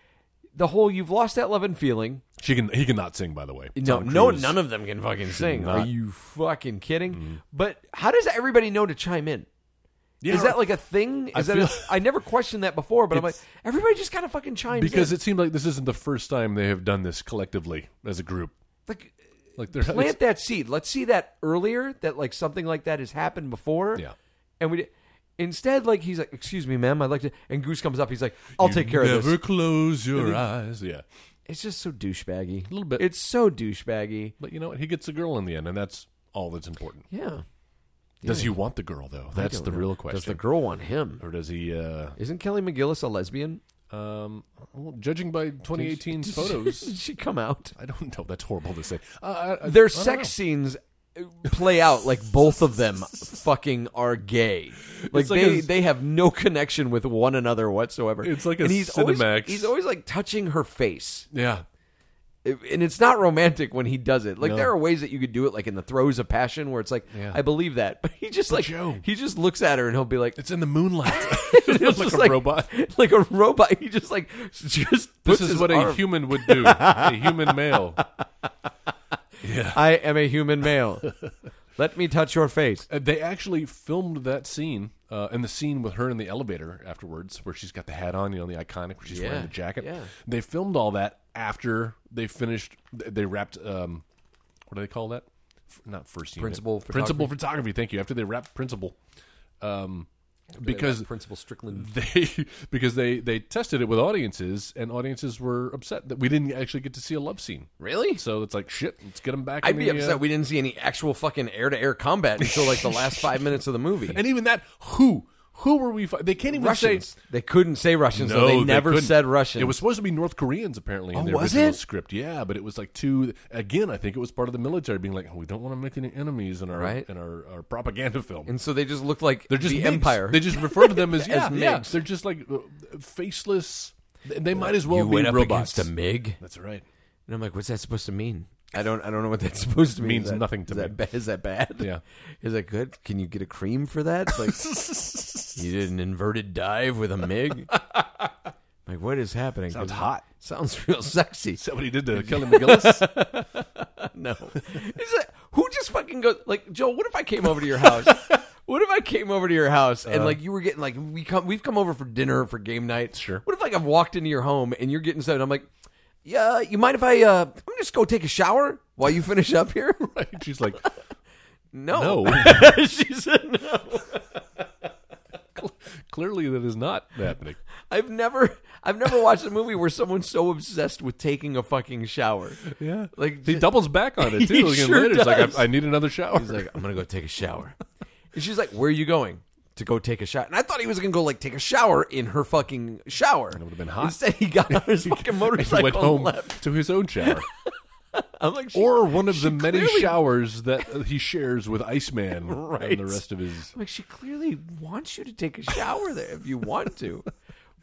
S5: the whole you've lost that love and feeling.
S3: She can. He cannot sing, by the way.
S5: No,
S3: Tom
S5: no,
S3: Cruise.
S5: none of them can fucking sing. Are
S3: not. Mm-hmm.
S5: you fucking kidding? But how does everybody know to chime in?
S3: Yeah,
S5: is that like a thing? Is that a- I
S3: feel-
S5: never questioned that before, but I'm like,
S3: It's-
S5: everybody just kind of fucking chimes
S3: because
S5: in.
S3: it seemed like this isn't the first time they have done this collectively as a group.
S5: like
S3: Like they're [laughs]
S5: plant
S3: it's-
S5: that seed. Let's see that earlier that like something like that has happened before.
S3: Yeah.
S5: and we instead like he's like, "Excuse me, ma'am, I'd like to." And Goose comes up. He's like, "I'll take care
S3: never
S5: of this."
S3: close your eyes. Yeah,
S5: It's just so douchebaggy. A
S3: little bit.
S5: It's so douchebaggy.
S3: but you know what? He gets a girl in the end, and that's all that's important.
S5: Yeah,
S3: Does he want the girl though? That's the real question.
S5: Does the girl want him?
S3: or does he? Uh,
S5: Isn't Kelly McGillis a lesbian?
S3: um, well, judging by 2018's photos,
S5: Did [laughs] she come out?
S3: I don't know. That's horrible to say. Uh, I, I,
S5: Their
S3: I don't
S5: sex
S3: know.
S5: scenes play out like both of
S3: [laughs]
S5: them fucking are gay. Like,
S3: It's like
S5: they,
S3: a-
S5: they have no connection with one another whatsoever.
S3: It's like a
S5: and he's Always,
S3: Cinemax.
S5: he's always like touching her face.
S3: Yeah,
S5: And it's not romantic when he does it. Like there are ways that you could do it like in the throes of passion where it's like
S3: Yeah.
S5: I believe that. [laughs] But he just like
S3: Joe-
S5: he just looks at her and he'll be like
S3: it's in the
S5: [laughs]
S3: moonlight.
S5: It's
S3: it's [laughs] like
S5: just
S3: a robot.
S5: [laughs] Like a robot. He just like [laughs] just
S3: This
S5: puts
S3: is
S5: his
S3: what a
S5: arm-
S3: human
S5: [laughs]
S3: would do. a human male. Uh,
S5: I am a human male. [laughs] Let me touch your face.
S3: Uh, They actually filmed that scene, uh, and the scene with her in the elevator afterwards, where she's got the hat on, you know, the iconic, where she's
S5: Yeah,
S3: wearing the jacket.
S5: yeah.
S3: They filmed all that after they finished. th- They wrapped. Um, what do they call that? F- not first unit.
S5: Principal photography.
S3: Principal photography. Thank you. After they wrapped principal, um, because
S5: Principal Strickland.
S3: they [laughs] because they they tested it with audiences, and audiences were upset that we didn't actually get to see a love scene.
S5: Really?
S3: So it's like shit. Let's get them back.
S5: I'd
S3: in
S5: be
S3: the,
S5: upset
S3: uh,
S5: we didn't see any actual fucking air to air combat until like the last five minutes of the movie.
S3: uh, and even that who who were we? Fi- they can't even
S5: Russians.
S3: say.
S5: they couldn't say Russian, so they, never
S3: couldn't.
S5: said Russian.
S3: It was supposed to be North Koreans, apparently, in
S5: Oh,
S3: their
S5: was
S3: original
S5: it?
S3: script. Yeah, but it was like two. Again, I think it was part of the military being like, oh, we don't want to make any enemies in our
S5: Right.
S3: in our, our propaganda film.
S5: and so they just looked like
S3: they're just
S5: the
S3: MIGs.
S5: Empire.
S3: They just refer to them
S5: [laughs]
S3: as yeah, yeah.
S5: MIGs.
S3: They're just like uh, faceless. They- They might as well
S5: you
S3: be
S5: went up
S3: robots.
S5: against a MiG,
S3: That's right.
S5: and I'm like, what's that supposed to mean? I don't, I don't know what that's supposed to mean.
S3: Means
S5: Is that- [laughs]
S3: nothing to
S5: is
S3: me.
S5: That, ba- is that bad?
S3: Yeah.
S5: [laughs] Is that good? Can you get a cream for that? Like,
S3: [laughs]
S5: you did an inverted dive with a MiG. like, what is happening?
S3: Sounds hot.
S5: Sounds [laughs] real sexy.
S3: Is that what he did to Kelly
S5: [laughs]
S3: McGillis? [laughs]
S5: No. [laughs] Is that, who just fucking goes like Joel? What if I came over to your house? what if I came over to your house and like you were getting like we come we've come over for dinner for game night?
S3: Sure.
S5: What if like I've walked into your home and you're getting something? I'm like, yeah, you mind if I uh I'm gonna just go take a shower while you finish up here? [laughs]
S3: right. She's like,
S5: No.
S3: no.
S5: [laughs] she said no.
S3: Clearly, that is not happening.
S5: I've never I've never watched a movie where someone's so obsessed with taking a fucking shower.
S3: Yeah.
S5: Like
S3: He doubles back on it too.
S5: [laughs] He
S3: again
S5: sure
S3: later. It's like
S5: does.
S3: I, I need another shower.
S5: He's like, I'm gonna go take a shower. And she's like, Where are you going? To go take a shower. And I thought he was gonna go like take a shower in her fucking shower. It would
S3: would've been hot.
S5: Instead he got on
S3: [laughs]
S5: his fucking
S3: and
S5: motorcycle
S3: he
S5: and
S3: went home
S5: left.
S3: to his own
S5: [laughs]
S3: shower.
S5: I'm like she,
S3: or one of the many
S5: clearly-
S3: showers that uh, he shares with Iceman
S5: [laughs] Right.
S3: and the rest of his.
S5: I'm like, she clearly wants you to take a shower there if you want to.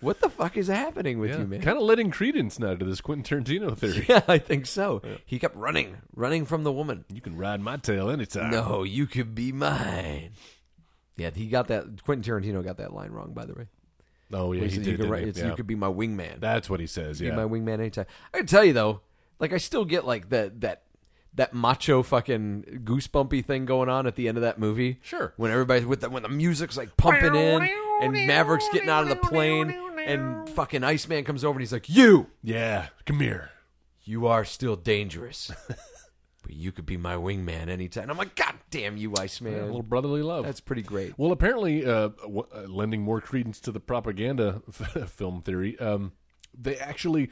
S5: What the fuck is happening with you, man?
S3: Kind of letting credence now to this Quentin Tarantino theory.
S5: [laughs] yeah, I think so. He kept running, running from the woman.
S3: You can ride my tail anytime.
S5: No, you could be mine. Yeah, he got that. Quentin Tarantino got that line wrong, by the way.
S3: Oh yeah,
S5: He
S3: he
S5: said,
S3: did.
S5: you, could,
S3: didn't
S5: ri-
S3: he?
S5: it's-
S3: Yeah.
S5: you could be my wingman.
S3: That's what he says.
S5: be
S3: Yeah.
S5: my wingman anytime. I can tell you though, like I still get like that that that macho fucking goosebumpy thing going on at the end of that movie.
S3: Sure.
S5: When everybody's with the when the music's like pumping in and Maverick's getting out of the plane and fucking Iceman comes over and he's like, You
S3: yeah. Come here.
S5: you are still [laughs] dangerous. but you could be my wingman anytime. I'm like, God damn
S3: A
S5: you,
S3: little
S5: Iceman.
S3: brotherly love.
S5: That's pretty great.
S3: Well, apparently, uh, w- uh, lending more credence to the propaganda [laughs] film theory, um, they actually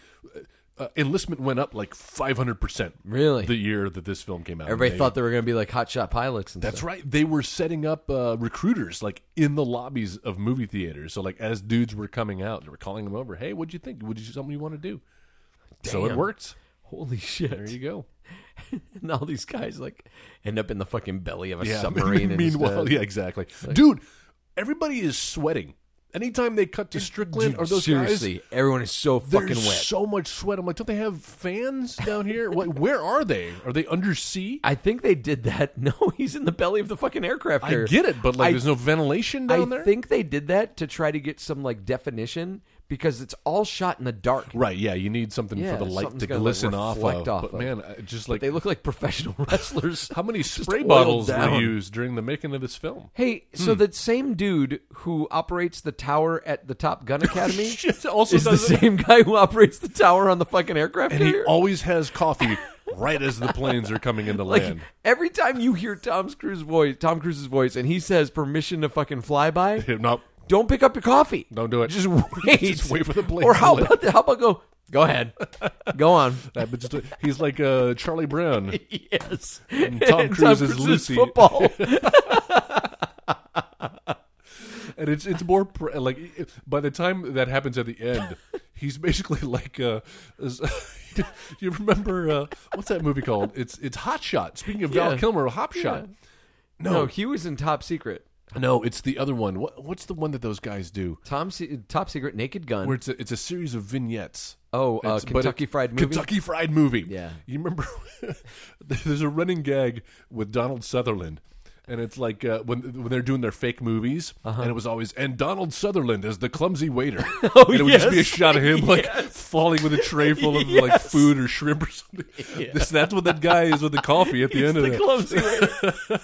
S3: uh, enlistment went up like five hundred percent.
S5: Really?
S3: the year that this film came out.
S5: Everybody
S3: They-
S5: thought they were gonna be like hotshot pilots and
S3: That's
S5: stuff.
S3: right. They were setting up uh, recruiters like in the lobbies of movie theaters. So like as dudes were coming out, they were calling them over. Hey, what'd you think? Would you something you want to do? So it
S5: Damn.
S3: worked.
S5: Holy shit.
S3: There you go.
S5: [laughs] and all these guys like end up in the fucking belly of a
S3: Yeah. [laughs]
S5: submarine.
S3: Meanwhile,
S5: instead.
S3: yeah, exactly. Dude, everybody is sweating. Anytime they cut to Strickland
S5: Dude,
S3: or those
S5: seriously,
S3: guys,
S5: everyone is so fucking
S3: there's
S5: wet.
S3: so much sweat. I'm like, don't they have fans down here? what, where are they? Are they undersea?
S5: I think they did that. [laughs] No, he's in the belly of the fucking aircraft.
S3: I
S5: carrier.
S3: get it, but like,
S5: I-
S3: there's no ventilation
S5: I
S3: down there.
S5: think they did that to try to get some like definition because it's all shot in the dark.
S3: Right, yeah, you need something
S5: Yeah,
S3: for the light
S5: something's
S3: to
S5: gotta, like,
S3: glisten off, of.
S5: reflect off
S3: But
S5: of.
S3: man, I- just like [laughs]
S5: They look like [laughs] professional [laughs] wrestlers.
S3: how many
S5: Just
S3: spray
S5: oiled
S3: bottles were
S5: down.
S3: used during the making of this film?
S5: Hey,
S3: Hmm.
S5: so the same dude who operates the tower at the
S3: [laughs]
S5: Top Gun Academy
S3: Shit, also
S5: is the
S3: does it-
S5: same guy who operates the tower on the fucking aircraft
S3: and he
S5: carrier.
S3: always has coffee [laughs] right as the planes are coming into
S5: [laughs] like
S3: land.
S5: every time you hear Tom Cruise's voice, Tom Cruise's voice, and he says permission to fucking
S3: [laughs]
S5: fly by,
S3: No,
S5: don't pick up your coffee.
S3: Don't do it.
S5: Just wait.
S3: [laughs] Just wait for the plane
S5: Or
S3: to
S5: how
S3: land.
S5: about the, how about go? Go ahead.
S3: [laughs]
S5: go on.
S3: that, but just, he's like uh, Charlie
S5: [laughs]
S3: Brown.
S5: Yes.
S3: And Tom Cruise is Lucy. [laughs]
S5: football. [laughs]
S3: and it's it's more pr- like it- by the time that happens at the
S5: [laughs]
S3: end, he's basically like uh, is- [laughs] you remember uh, what's that movie called? It's it's Hot Shot. Speaking of Val
S5: Yeah.
S3: Kilmer, Hop Shot.
S5: no, he was in Top Secret.
S3: No, it's the other one. What what's the one that those guys do?
S5: Tom Se- Top Secret Naked
S3: [laughs]
S5: Gun.
S3: Where it's a, it's a series of vignettes.
S5: Oh, uh,
S3: It's- but
S5: Kentucky
S3: it-
S5: Fried Movie?
S3: Kentucky Fried Movie.
S5: Yeah.
S3: you remember? [laughs] there's a running gag with Donald Sutherland, and it's like uh, when when they're doing their fake movies,
S5: Uh-huh.
S3: and it was always and Donald Sutherland as the clumsy
S5: [laughs]
S3: waiter. oh, and it would just be a
S5: yes.
S3: shot of him like falling with a tray full of like
S5: Yes.
S3: food or shrimp or
S5: [laughs]
S3: something. This, that's what that guy is with the coffee at the end of
S5: the
S3: it. [laughs]
S5: clumsy way.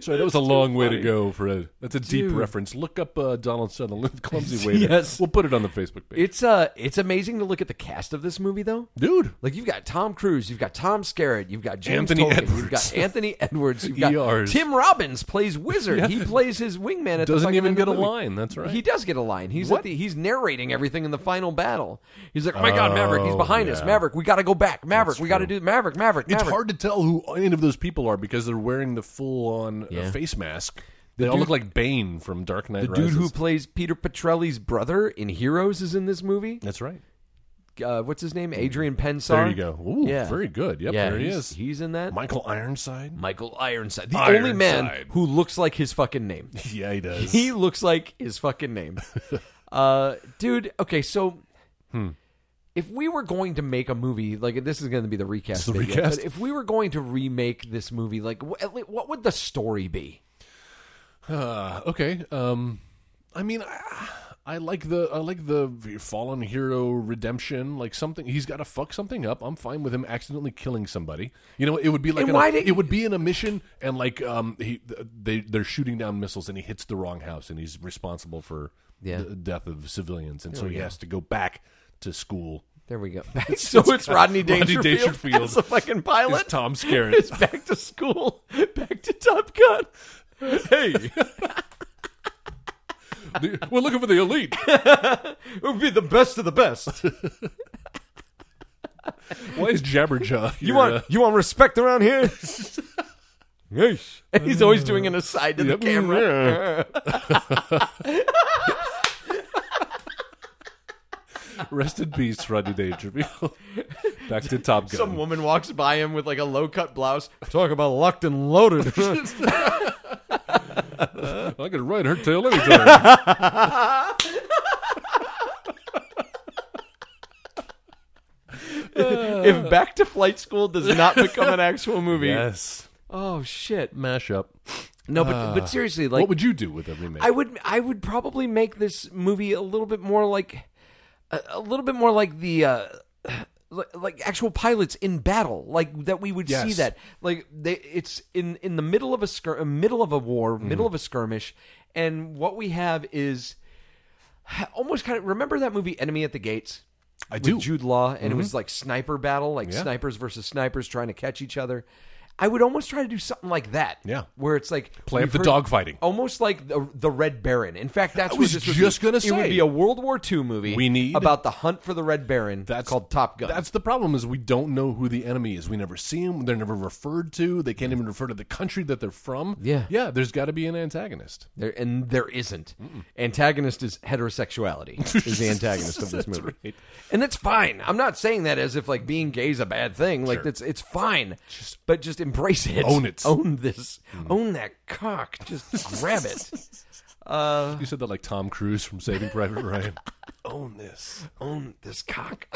S3: So
S5: [laughs]
S3: that was a long way to go, Fred. That's a
S5: Dude.
S3: deep reference. Look up uh, Donald Sutherland, [laughs]
S5: [laughs]
S3: clumsy waiter.
S5: Yes.
S3: we'll put it on the Facebook page,
S5: It's uh, it's amazing to look at the cast of this movie though.
S3: dude.
S5: Like you've got Tom Cruise, you've got Tom Skerritt, you've got James
S3: Anthony
S5: Tolkien,
S3: Edwards. E
S5: you've got Anthony Edwards, you've got
S3: ERs.
S5: Tim Robbins plays Wizard. He plays his wingman at the
S3: Doesn't
S5: fucking
S3: even
S5: end of
S3: get a
S5: the movie.
S3: line. That's right.
S5: He does get a line. He's
S3: What?
S5: at the, he's narrating everything in the final battle. He's like, "Oh my god, Maverick, he's
S3: Oh,
S5: behind us.
S3: yeah.
S5: Maverick, we got to go back. Maverick, we got to do Maverick, Maverick,
S3: It's
S5: Maverick."
S3: hard to tell who any of those people are because they're wearing the full on
S5: Yeah.
S3: uh, face mask. They all
S5: dude-
S3: look like Bane from Dark Knight
S5: the dude
S3: Rises.
S5: who plays Peter Petrelli's brother in Heroes is in this movie.
S3: That's right.
S5: Uh, what's his name? Adrian Pensar.
S3: There you go. Ooh,
S5: Yeah.
S3: very good. Yep,
S5: yeah,
S3: there he
S5: he's,
S3: is.
S5: He's in that.
S3: Michael Ironside. [laughs]
S5: Michael Ironside, the only
S3: Ironside.
S5: man who looks like his fucking name.
S3: Yeah, he does.
S5: He looks like his fucking
S3: [laughs]
S5: name. uh, dude, okay, so
S3: Hmm.
S5: if we were going to make a movie, like this is going to be the recast,
S3: the
S5: video,
S3: recast.
S5: but if we were going to remake this movie, like wh- at least, what would the story be?
S3: Uh, okay. Um, I mean, I, I like the I like the fallen hero redemption. Like something, he's got to fuck something up. I'm fine with him accidentally killing somebody. You know, it would be like
S5: And
S3: in a-
S5: why did-
S3: it would be in a mission, and like um, he they they're shooting down missiles, and he hits the wrong house, and he's responsible for
S5: Yeah.
S3: the death of civilians, and so he has to go back to school. [laughs]
S5: There we go. [laughs] so it's Rodney Dangerfield,
S3: Dangerfield
S5: as the fucking
S3: It's
S5: pilot. [laughs]
S3: Tom Skerritt.
S5: It's back to school, [laughs] back to Top Gun.
S3: hey. [laughs] The- We're looking for the
S5: [laughs]
S3: elite.
S5: It would be the best of
S3: [laughs]
S5: the best.
S3: Why is Jabberjaw?
S5: You
S3: your, uh,
S5: want you want respect
S3: [laughs]
S5: around here? [laughs] yes. And he's always doing an aside to
S3: Yep.
S5: the camera.
S3: Rest in peace, Rodney Dangerfield. Back to Top Gun.
S5: Some woman walks by him with like a low cut blouse. Talk about locked and loaded. [laughs]
S3: I could ride her tail anytime.
S5: if Back to Flight School does not become an actual
S3: [laughs]
S5: movie,
S3: yes.
S5: oh shit!
S3: Mashup.
S5: No, but but seriously, like
S3: Ah. what would you do with a remake?
S5: I would I would probably make this movie a little bit more like a, a little bit more like the uh, [sighs] li- like actual pilots in battle like that we would see
S3: Yes.
S5: that like they it's in in the middle of a skir- uh, middle of a war
S3: Mm-hmm.
S5: middle of a skirmish and what we have is [sighs] almost kind of remember that movie Enemy at the Gates
S3: I Mm-hmm.
S5: with Jude Law, and it was like sniper battle, like
S3: Yeah.
S5: snipers versus snipers trying to catch each other. I would almost try to do something like that.
S3: Yeah.
S5: where it's like
S3: Play up
S5: we've
S3: the
S5: heard-
S3: dogfighting.
S5: almost like the, the Red Baron. In fact, that's
S3: I
S5: what
S3: was
S5: this would
S3: just
S5: be.
S3: gonna
S5: it would
S3: say.
S5: be a World War II movie.
S3: We need-
S5: about the hunt for the Red Baron.
S3: That's-
S5: called Top Gun.
S3: That's the problem is we don't know who the enemy is. We never see them. They're never referred to. They can't even refer to the country that they're from.
S5: Yeah.
S3: Yeah, there's got to be an antagonist.
S5: there, and there isn't. Antagonist is heterosexuality
S3: [laughs]
S5: is the antagonist of this movie, and that's fine. I'm not saying that as if like being gay is a bad thing. Like it's it's fine, but just embrace it,
S3: Own it. Mm.
S5: own this, own that cock. Just
S3: [laughs]
S5: grab it.
S3: You said that like Tom Cruise from Saving Private Ryan. Own this.
S5: own this cock.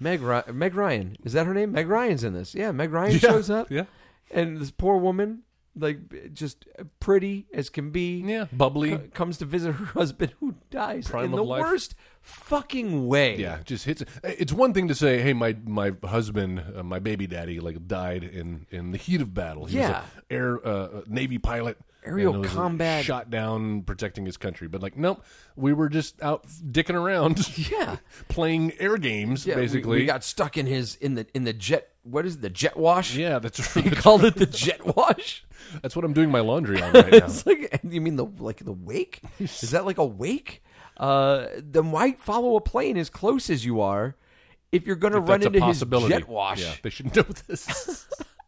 S5: Meg, Ry- Meg Ryan. Is that her name? Meg Ryan's in this. Yeah, Meg Ryan
S3: Yeah,
S5: shows up.
S3: yeah.
S5: And this poor woman like just pretty as can be.
S3: Yeah, bubbly.
S5: co- comes to visit her [laughs] husband who dies
S3: Prime
S5: in
S3: of
S5: the
S3: life.
S5: worst fucking way.
S3: Yeah, just hits. It's one thing to say, "Hey, my my husband, uh, my baby daddy, like died in in the heat of battle. He
S5: Yeah.
S3: was an air uh, navy pilot,
S5: Aerial
S3: and was
S5: combat.
S3: shot down protecting his country." But like, nope, we were just out dicking around,
S5: [laughs] Yeah.
S3: [laughs] playing air games,
S5: Yeah, we-
S3: basically.
S5: we, got stuck in his in the in the jet. What is it, the jet wash?
S3: yeah, that's
S5: [laughs] He called it the jet wash.
S3: [laughs] that's what I'm doing my laundry on right now.
S5: It's like you mean the like
S3: [laughs]
S5: the wake? Is that like a wake? Uh, then why follow a plane as close as you are if you're going to [laughs] run
S3: That's a
S5: into his
S3: possibility.
S5: jet wash?
S3: Yeah, they [laughs] should know this.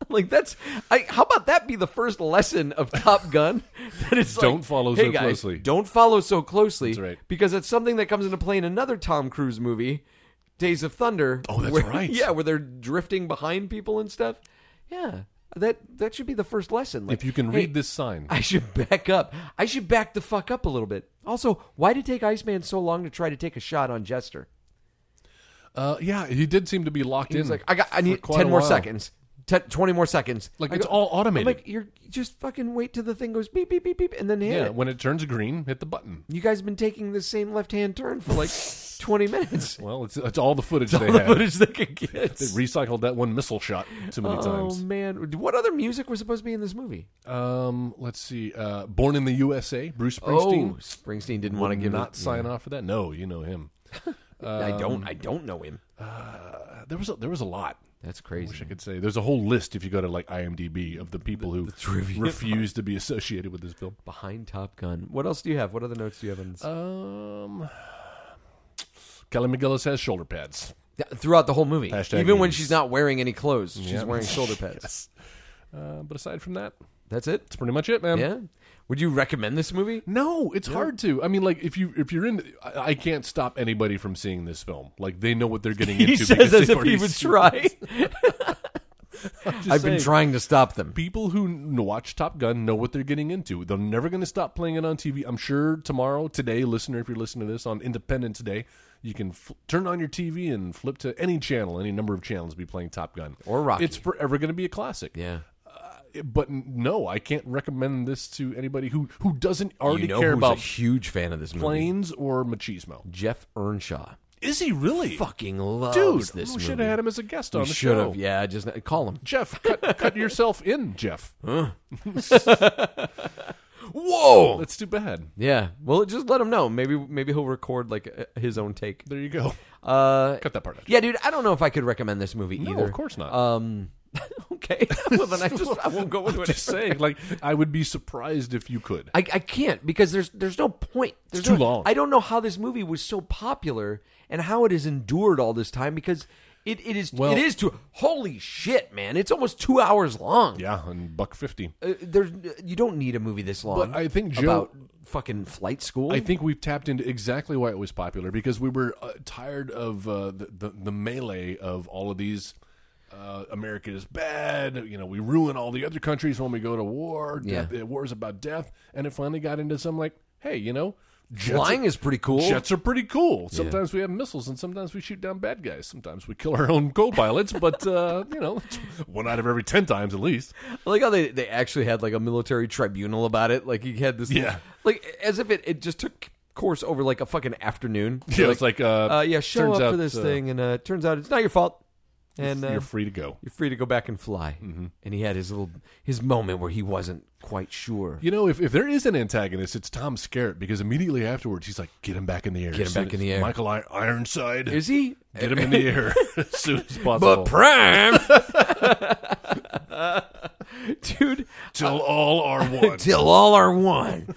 S5: Like that's I, how about that be the first lesson of Top Gun? [laughs] that it's like,
S3: Don't follow
S5: "Hey,
S3: so
S5: guys,
S3: closely."
S5: Don't follow so closely.
S3: That's right.
S5: Because it's something that comes into play in another Tom Cruise movie, Days of Thunder.
S3: Oh, that's
S5: where- [laughs]
S3: right.
S5: Yeah, where they're drifting behind people and stuff. Yeah, that that should be the first lesson. Like,
S3: if you can
S5: [laughs] "Hey,
S3: read this sign,
S5: I should back up. I should back the fuck up a little bit. Also, why did it take Iceman so long to try to take a shot on Jester?
S3: uh, yeah, he did seem to be locked
S5: He
S3: in.
S5: was like, I got, I
S3: for
S5: need
S3: quite
S5: ten
S3: a
S5: more
S3: while.
S5: seconds, 10, 20 more seconds.
S3: Like
S5: I
S3: it's
S5: go-
S3: all
S5: I'm
S3: automated.
S5: like, you're just fucking wait till the thing goes beep beep beep beep, and then hit
S3: yeah,
S5: it.
S3: when it turns green, hit the button.
S5: You guys have been taking the same left hand turn for [laughs] like twenty minutes.
S3: Well, it's it's all the footage they
S5: All the
S3: had.
S5: footage they could get.
S3: They recycled that one missile shot too many
S5: Oh
S3: times.
S5: man, what other music was supposed to be in this movie?
S3: Um, let's see. Uh, Born in the USA, Bruce Springsteen.
S5: Oh, Springsteen didn't want to give
S3: not
S5: it.
S3: sign off for that. No, you know him.
S5: I don't. I don't know him.
S3: Uh, there was a, there was a lot.
S5: That's
S3: I wish I
S5: crazy.
S3: could say there's a whole list if you go to like IMDb of the people who refuse to be associated with this film.
S5: Behind Top Gun. What else do you have? What other notes do you have on this?
S3: Um, Kelly McGillis has shoulder pads.
S5: Th- throughout the whole movie.
S3: Hashtag
S5: Even when
S3: memes.
S5: she's not wearing any clothes, she's
S3: Yeah.
S5: wearing [laughs] shoulder pads.
S3: Yes. Uh, but aside from that, that's
S5: That's it.
S3: pretty much it, man.
S5: Yeah. Would you recommend this movie?
S3: No, it's hard to. I mean, like if you if you're in, I, I can't stop anybody from seeing this film. Like they know what they're getting into.
S5: [laughs] He
S3: because
S5: says as
S3: they've
S5: if he
S3: already
S5: would
S3: seen-
S5: [laughs] try.
S3: Just
S5: I've been
S3: saying,
S5: trying to stop them.
S3: People who n- watch Top Gun know what they're getting into. They're never going to stop playing it on TV. I'm sure tomorrow, today, listener, if you're listening to this on Independence Day, you can fl- turn on your TV and flip to any channel, any number of channels, be playing Top Gun
S5: Or Rocky.
S3: It's forever going to be a classic.
S5: Yeah.
S3: But n- no, I can't recommend this to anybody who who doesn't already
S5: You know
S3: care
S5: who's a
S3: about
S5: huge fan of this movie?
S3: planes or machismo.
S5: Jeff Earnshaw.
S3: Is he really?
S5: Fucking loves
S3: dude,
S5: Oh, this movie.
S3: we should have had him as a guest on
S5: We
S3: the
S5: should
S3: show.
S5: have. Yeah, just call him.
S3: Jeff,
S5: [laughs]
S3: cut, cut yourself in, Jeff.
S5: Oh. Whoa.
S3: That's too bad.
S5: Yeah. Well, just let him know. Maybe maybe he'll record like uh, his own take.
S3: There you go.
S5: Uh
S3: Cut that part out.
S5: Yeah, dude, I don't know if I could recommend this movie
S3: No,
S5: either.
S3: of course not.
S5: Um [laughs] okay. well, then I just I won't go into
S3: [laughs]
S5: it.
S3: Just saying, like, I would be surprised if you could.
S5: I, I can't because there's there's no point. There's
S3: too
S5: no-
S3: long.
S5: I don't know how this movie was so popular and how it has endured all this time because it, it is
S3: Well-
S5: it is too holy shit, man. It's almost two hours long.
S3: yeah, and buck fifty.
S5: Uh, there's you don't need a movie this long.
S3: But I think, Joe-
S5: about fucking flight school.
S3: I think we've tapped into exactly why it was popular because we were uh, tired of uh, the, the the melee of all of these. Uh, America is bad. You know, we ruin all the other countries when we go to war.
S5: Yeah.
S3: Death, uh, wars about death, and it finally got into some like, hey, you know, jets
S5: flying
S3: are-
S5: is pretty cool.
S3: Jets are pretty cool. Sometimes we have missiles, and sometimes we shoot down bad guys. Sometimes we kill our own
S5: [laughs]
S3: co-pilots, but uh, you know, it's one out of every ten times at least.
S5: I like how they, they actually had like a military tribunal about it. Like he had this
S3: Yeah.
S5: like as if it, it just took course over like a fucking afternoon.
S3: Yeah, it's like, uh,
S5: uh, yeah, show
S3: turns
S5: up
S3: out,
S5: for this
S3: uh,
S5: thing, and uh, turns out it's not your fault, and uh,
S3: You're free to go.
S5: you're free to go back and fly.
S3: Mm-hmm.
S5: And he had his little his moment where he wasn't quite sure.
S3: You know, if, if there is an antagonist, it's Tom Scarrett because immediately afterwards he's like, "Get him back in the air!
S5: Get him
S3: As soon
S5: back in
S3: as-
S5: the air."
S3: Michael I- Ironside. [laughs]
S5: Is he?
S3: Get him in the
S5: [laughs]
S3: air as soon as possible.
S5: But prime, dude.
S3: [laughs] till all are
S5: [laughs]
S3: one.
S5: Till all are one.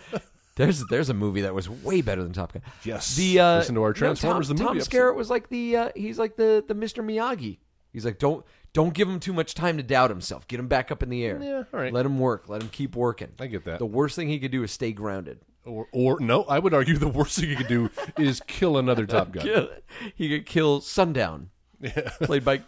S5: There's there's a movie that was way better than Top Gun.
S3: Yes.
S5: The uh,
S3: Listen to our
S5: no,
S3: Transformers
S5: Tom,
S3: the movie
S5: Tom
S3: episode.
S5: Skerritt was like the uh, he's like the the Mr. Miyagi. He's like don't don't give him too much time to doubt himself. Get him back up in the air.
S3: Yeah, all right.
S5: Let him work. Let him keep working.
S3: I get that.
S5: The worst thing he could do is stay grounded.
S3: or, or no, I would argue the worst thing you could do is kill another Top Gun.
S5: [laughs] he could kill Sundown, played
S3: [laughs]
S5: by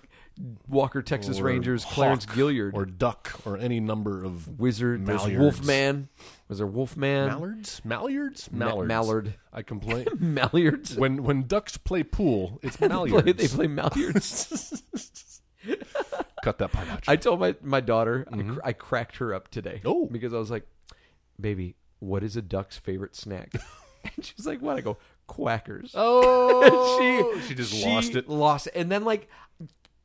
S5: Walker Texas
S3: Or
S5: Rangers
S3: Hawk,
S5: Clarence Gilliard,
S3: or Duck or any number of
S5: Wizard. There's
S3: mallards.
S5: Wolfman. Was there Wolfman?
S3: Mallards, mallards,
S5: Ma-
S3: mallards.
S5: mallard.
S3: I complain [laughs]
S5: Mallards. [laughs]
S3: when when ducks play pool. It's
S5: they, play, they
S3: mallards.
S5: play Mallards.
S3: [laughs] Cut that part out.
S5: [laughs] I told my my daughter I, cr- I cracked her up today.
S3: Mm-hmm. Oh.
S5: because I was like, "Baby, what is a duck's favorite snack?" [laughs] and she's like, "What?" I go, "Quackers."
S3: Oh,
S5: she
S3: she just lost it.
S5: Lost, it. and then like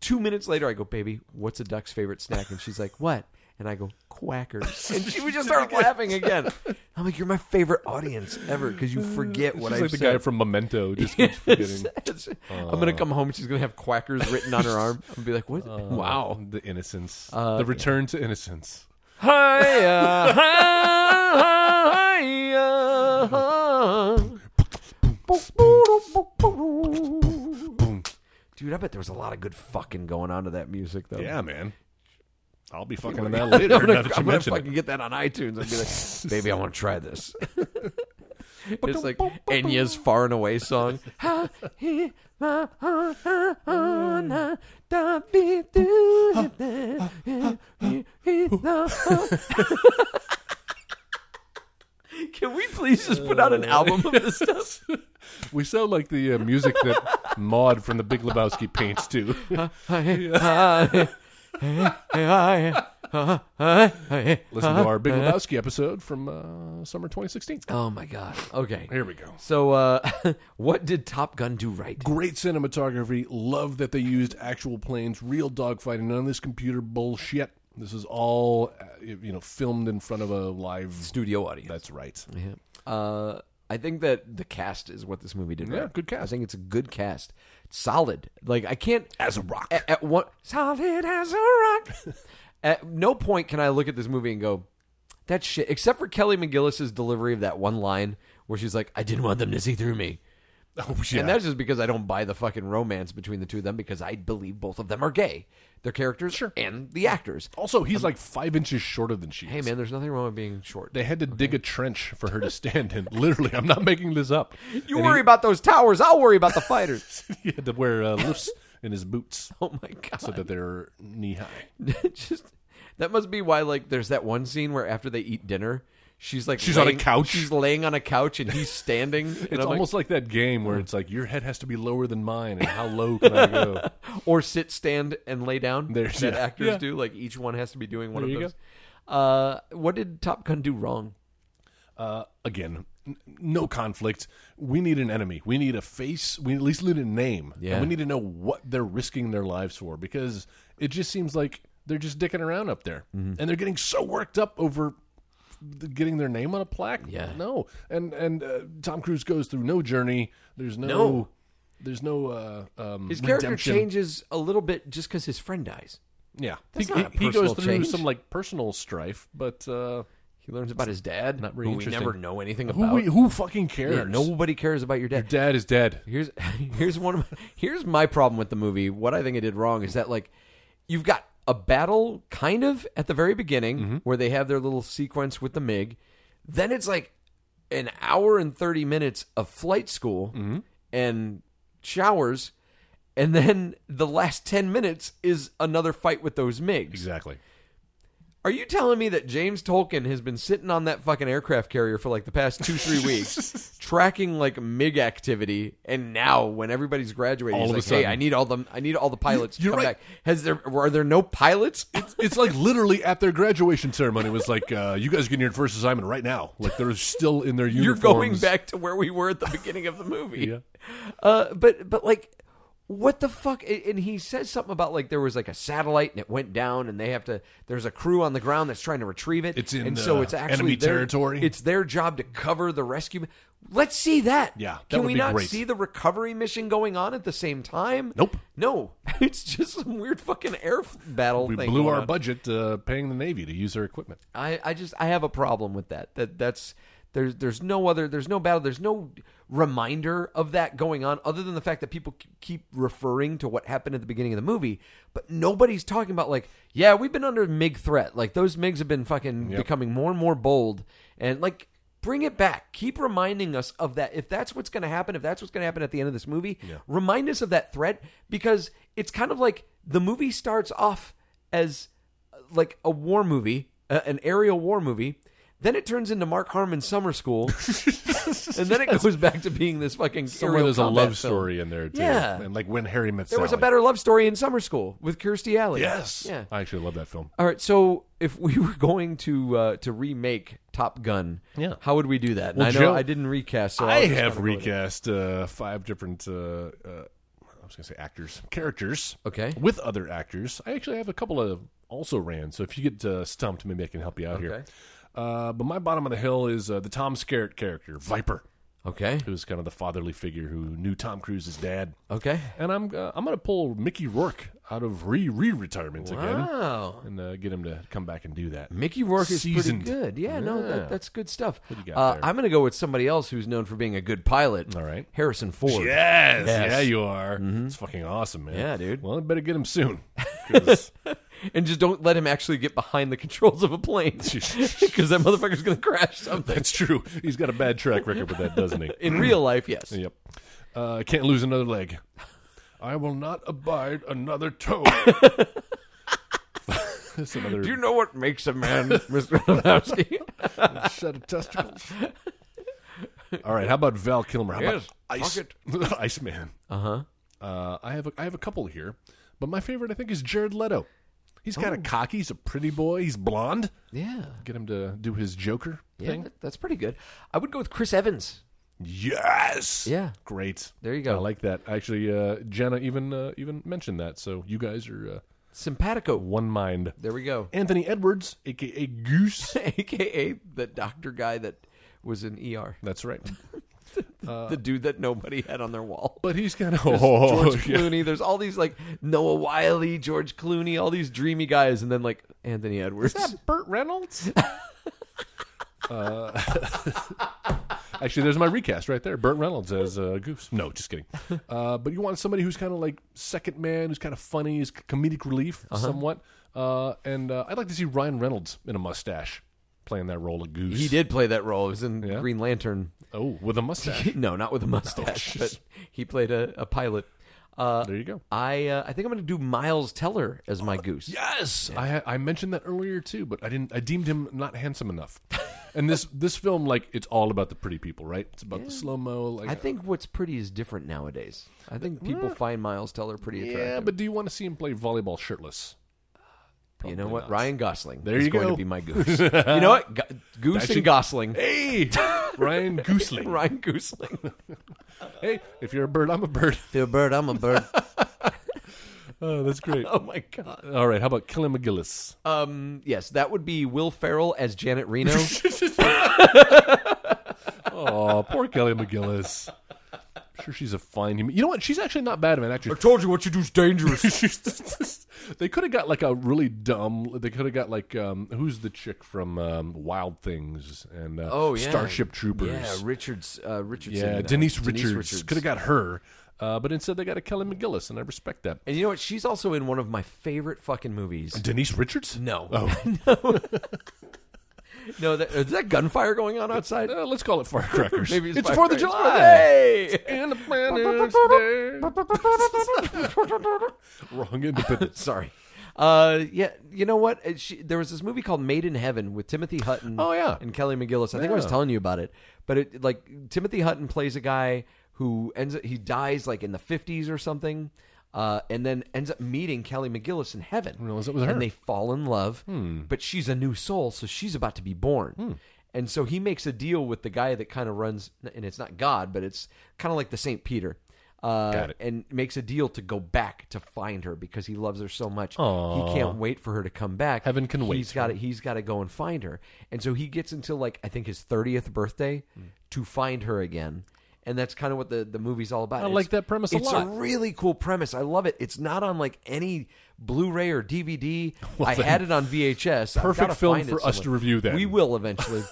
S5: two minutes later, I go, "Baby, what's a duck's favorite snack?" And she's like, "What?" And I go, "Quackers."
S3: [laughs]
S5: And she would just start laughing again. I'm like, "You're my favorite audience ever because you
S3: [laughs]
S5: forget what
S3: She's
S5: I
S3: like the
S5: said."
S3: guy from
S5: [laughs]
S3: Memento. Just keeps forgetting. uh,
S5: I'm gonna come home and she's gonna have quackers written on her arm. I'm gonna be like, "What? [laughs] wow!" Uh,
S3: the innocence, the return to innocence.
S5: Hiya, hiya, hiya. Dude, I bet there was a lot of good fucking going on to that music though. [laughs]
S3: Yeah, man. I'll be fucking on that later.
S5: I'm gonna,
S3: now that you
S5: I'm gonna
S3: mention it.
S5: fucking get that on iTunes and be [laughs] like, "Baby, I want to try [laughs] this." it's like Enya's "Far and Away" [laughs] song. Mm. Ah, Can we please just put out an album of this stuff?
S3: We sound like the uh, music
S5: [laughs]
S3: that Maud from The Big Lebowski paints too.
S5: [laughs] Oh,
S3: Listen to our Big Lebowski episode from uh, summer 2016.
S5: Oh my god. Okay.
S3: Here we go.
S5: So, uh, [laughs] what did Top Gun do right?
S3: Great cinematography. Love that they used actual planes, real dogfighting, none of this computer bullshit. This is all uh, you know, filmed in front of a live.
S5: Studio audience.
S3: That's right.
S5: Uh, I think that the cast is what this movie did.
S3: Yeah,
S5: right.
S3: good cast.
S5: I think it's a good cast. Solid. Like I can't
S3: As a rock.
S5: at, at one solid as a rock. [laughs] at no point can I look at this movie and go, "That shit." Except for Kelly McGillis's delivery of that one line where she's like, "I didn't want them to see through me,"
S3: [laughs] Oh, yeah.
S5: and that's just because I don't buy the fucking romance between the two of them because I believe both of them are gay, their characters and the actors.
S3: also, he's like five inches shorter than she is.
S5: Hey man, there's nothing wrong with being short.
S3: They had to dig a trench for her to stand in. [laughs] Literally, I'm not making this up.
S5: You
S3: And
S5: worry about those towers. I'll worry about the fighters.
S3: [laughs] He, he had to wear uh, lifts in his
S5: [laughs]
S3: boots
S5: oh my god.
S3: so that they're knee high.
S5: just that must be why like there's that one scene where after they eat dinner she's like
S3: She's on a
S5: laying-
S3: couch.
S5: she's laying on a couch and
S3: [laughs]
S5: he's standing and
S3: It's
S5: I'm like-
S3: almost like, that game where it's like your head has to be lower than mine, and how low can I
S5: [laughs]
S3: go?
S5: or sit stand and lay down
S3: There's-
S5: that
S3: yeah.
S5: actors
S3: Yeah.
S5: do like each one has to be doing one
S3: There
S5: of
S3: you go.
S5: those uh what did top gun do wrong
S3: Uh, again, n- no conflict. We need an enemy. We need a face. We at least need a name.
S5: Yeah.
S3: And we need to know what they're risking their lives for because it just seems like they're just dicking around up there,
S5: Mm-hmm.
S3: and they're getting so worked up over th- getting their name on a plaque.
S5: Yeah.
S3: No. And and uh, Tom Cruise goes through no journey. There's no.
S5: No.
S3: There's no. Uh, um,
S5: his character
S3: redemption.
S5: changes a little bit just because his friend dies
S3: Yeah,
S5: That's
S3: he,
S5: not a
S3: he- he goes
S5: personal
S3: through
S5: change.
S3: some like personal strife, but uh,
S5: he learns about his dad
S3: Not very
S5: who we
S3: interesting.
S5: never know anything
S3: who
S5: about
S3: we- who fucking cares?
S5: Yeah, nobody cares about your dad
S3: dad is dead.
S5: Here's here's [laughs] one of my, here's my problem with the movie. What I think it did wrong is that like you've got a battle kind of at the very beginning
S3: Mm-hmm.
S5: where they have their little sequence with the MiG. Then it's like an hour and 30 minutes of flight school
S3: Mm-hmm.
S5: and showers and then the last 10 minutes is another fight with those MiGs.
S3: Exactly.
S5: Are you telling me that James Tolkien has been sitting on that fucking aircraft carrier for like the past two,
S3: [laughs]
S5: three weeks, tracking like MiG activity, and now when everybody's graduating,
S3: All of
S5: he's
S3: a
S5: like, "Hey,
S3: sudden.
S5: I need all the I need all the pilots to
S3: you're
S5: come
S3: right.
S5: back." Has there are there no pilots?
S3: It's like literally at their graduation ceremony. It was like uh, you guys are getting your first assignment right now. Like they're still in their
S5: You're
S3: uniforms.
S5: going back to where we were at the beginning of the
S3: [laughs]
S5: movie.
S3: Yeah.
S5: Uh, but but like, what the fuck? A- And he says something about like there was like a satellite and it went down, and they have to. There's a crew on the ground that's trying to retrieve it.
S3: It's in,
S5: and so
S3: uh,
S5: it's actually
S3: enemy
S5: their-
S3: territory.
S5: It's their job to cover the rescue. Let's see that.
S3: Yeah, that
S5: Can
S3: would
S5: we
S3: be
S5: not
S3: great.
S5: see the recovery mission going on at the same time?
S3: Nope.
S5: No, [laughs] it's just some weird fucking air f- battle.
S3: We
S5: thing
S3: blew
S5: going
S3: our
S5: on.
S3: budget uh, paying the Navy to use their equipment.
S5: I, I just I have a problem with that. That that's there's there's no other there's no battle there's no reminder of that going on other than the fact that people k- keep referring to what happened at the beginning of the movie, but nobody's talking about like yeah we've been under Mig threat like those Migs have been fucking becoming more and more bold and like bring it back keep reminding us of that if that's what's going to happen if that's what's going to happen at the end of this movie remind us of that threat because it's kind of like the movie starts off as like a war movie, uh, an aerial war movie. Then it turns into Mark Harmon
S3: [laughs]
S5: summer school, and then it goes back to being this fucking.
S3: Somewhere
S5: aerial
S3: there's a
S5: combat
S3: love
S5: film.
S3: story in there too.
S5: Yeah.
S3: And like when Harry met
S5: There was a
S3: Sally.
S5: better love story in summer school with Kirstie Alley.
S3: Yes.
S5: Yeah.
S3: I actually love that film.
S5: All right. So if we [laughs] were going to uh, to remake Top Gun,
S3: Yeah.
S5: how would we do that? And
S3: Well,
S5: I know
S3: Joe,
S5: I didn't recast. So
S3: I
S5: I'll just
S3: have
S5: kinda go with it.
S3: recast uh, five different. Uh, uh, I was going to say actors, characters.
S5: Okay.
S3: With other actors, I actually have a couple of also ran. So if you get uh, stumped, maybe I can help you out here.
S5: Okay.
S3: Uh, but my bottom of the hill is uh, the Tom Skerritt character, Viper,
S5: Okay.
S3: who's kind of the fatherly figure who knew Tom Cruise's dad.
S5: Okay.
S3: And I'm uh, I'm going to pull Mickey Rourke out of re re retirement again
S5: Wow.
S3: and uh, get him to come back and do that.
S5: Mickey Rourke is
S3: Seasoned.
S5: pretty good. Yeah, no,
S3: Yeah.
S5: that, that's good stuff.
S3: do you got
S5: Uh,
S3: there?
S5: I'm going to go with somebody else who's known for being a good pilot.
S3: All right.
S5: Harrison Ford.
S3: Yes,
S5: Yes. Mm-hmm.
S3: yeah, you are. It's fucking awesome, man.
S5: Yeah, dude.
S3: Well, I better get him soon.
S5: [laughs]
S3: 'cause-
S5: And just don't let him actually get behind the [laughs] controls of
S3: [laughs]
S5: a plane because that motherfucker's going to crash something.
S3: That's true. He's got a bad track record with that, [laughs] doesn't he?
S5: In real life, yes.
S3: yep. Uh, can't lose another leg. [laughs] I will not abide another [laughs] toe. That's another
S5: Do you know what makes
S3: [laughs]
S5: a man, Mr. Lebowski?
S3: set of testicles. [laughs] All right, how about Val Kilmer? How
S5: Yes,
S3: about Ice [laughs] Iceman? Uh-huh. I have a, I have a couple here, but my favorite I think is Jared Leto. He's kind of cocky. He's a pretty boy. He's blonde.
S5: yeah.
S3: Oh. Get him to do his Joker
S5: Yeah,
S3: thing.
S5: that- that's pretty good. I would go with Chris Evans.
S3: Yes.
S5: Yeah.
S3: Great.
S5: There you go.
S3: I like that. Actually, uh, Jenna even uh, even mentioned that. So you guys are uh,
S5: Simpatico.
S3: one mind.
S5: There we go. [laughs]
S3: Anthony Edwards, aka Goose.
S5: AKA the doctor guy that was in ER.
S3: That's right. Uh.
S5: the dude that nobody had on
S3: [laughs]
S5: their wall.
S3: But he's Oh, kind of
S5: George Clooney. There's all these like Noah Wiley, George Clooney, all these dreamy guys, and then like Anthony Edwards.
S3: Burt [laughs] Reynolds. Uh, [laughs] Actually, there's my recast right there. Burt Reynolds as uh, Goose. No, just
S5: [laughs]
S3: kidding. Uh, but you want somebody who's kind of like second man, who's kind of funny, is comedic relief
S5: Uh-huh.
S3: somewhat. Uh, and uh, I'd like to see Ryan Reynolds in a mustache playing that role of Goose.
S5: He did play that role. He was in
S3: Yeah.
S5: Green Lantern.
S3: Oh, with a mustache.
S5: [laughs] no, not with a mustache, but he played a, a pilot. Uh,
S3: There you go.
S5: I uh, I think I'm going to do Miles Teller as
S3: Oh,
S5: my goose.
S3: Yes, I I mentioned that earlier too, but I didn't. I deemed him not handsome enough. and this this film, like, it's all about the pretty people, right? It's about the slow mo. Like,
S5: I think what's pretty is different nowadays. I think people find Miles Teller pretty attractive.
S3: Mm. yeah, but do you want to see him play volleyball shirtless?
S5: you know what?
S3: not.
S5: Ryan Gosling
S3: There
S5: is
S3: you
S5: going
S3: go.
S5: to be
S3: [laughs]
S5: my goose. you know what? Go- goose
S3: Actually-
S5: and Gosling.
S3: [laughs] Hey, Ryan Goosling.
S5: [laughs] Ryan
S3: [laughs]
S5: Goosling.
S3: Hey, if you're a bird, I'm a bird.
S5: You're a bird. I'm a bird.
S3: Oh, that's great.
S5: [laughs] oh my god.
S3: All right, how about Killian McGillis?
S5: [laughs] Um, yes, that would be Will Ferrell as
S3: [laughs]
S5: Janet Reno.
S3: oh, poor Kelly
S5: [laughs]
S3: McGillis. I'm sure she's a fine human. You know what? She's actually not bad of an [laughs] actress.
S5: told you what you do is dangerous.
S3: they could have got like a really dumb. They could have got like um, who's the chick from um, Wild Things and uh,
S5: Oh yeah,
S3: Starship Troopers.
S5: Yeah, Richards. Uh, Richardson.
S3: Yeah,
S5: uh,
S3: Denise Richards, could have got her, uh, but instead they got a Kelly McGillis, and I respect that.
S5: And you know what? She's also in one of my favorite fucking movies.
S3: Denise Richards?
S5: No,
S3: Oh,
S5: [laughs] no, that, uh, is that gunfire going on outside?
S3: uh, let's call it firecrackers.
S5: [laughs] Maybe it's,
S3: it's Fourth of
S5: It's Fourth-
S3: July.
S5: Hey!
S3: And the plan is
S5: [laughs]
S3: there. Wrong independence.
S5: [laughs] Sorry. Uh, yeah, you know what? It- she, there was this movie called Made in Heaven with Timothy Hutton.
S3: Oh, yeah.
S5: and Kelly McGillis. I think I was
S3: Yeah.
S5: telling you about it, but it like Timothy Hutton plays a guy who ends up he dies like in the fifties or something, uh, and then ends up meeting Kelly McGillis in heaven.
S3: realize it was her.
S5: And they fall in love,
S3: Hmm.
S5: but she's a new soul, so she's about to be born. And so he makes a deal with the guy that kind of runs, and it's not God, but it's kind of like the Saint Peter. Uh,
S3: Got it.
S5: and makes a deal to go back to find her because he loves her so much. He can't wait for her to come back.
S3: Heaven can wait.
S5: He's got to he's got to go and find her. And so he gets until like I think his 30th birthday
S3: Hmm.
S5: to find her again. And that's kind of what the, the movie's all about.
S3: I like that premise a
S5: it's
S3: lot.
S5: a really cool premise. I love it. It's not on like any Blu-ray
S3: [laughs]
S5: or DVD. I
S3: then,
S5: had it on VHS. I've
S3: perfect
S5: gotta
S3: film
S5: find it
S3: for us to
S5: somewhere.
S3: review then.
S5: We will
S3: [laughs]
S5: eventually.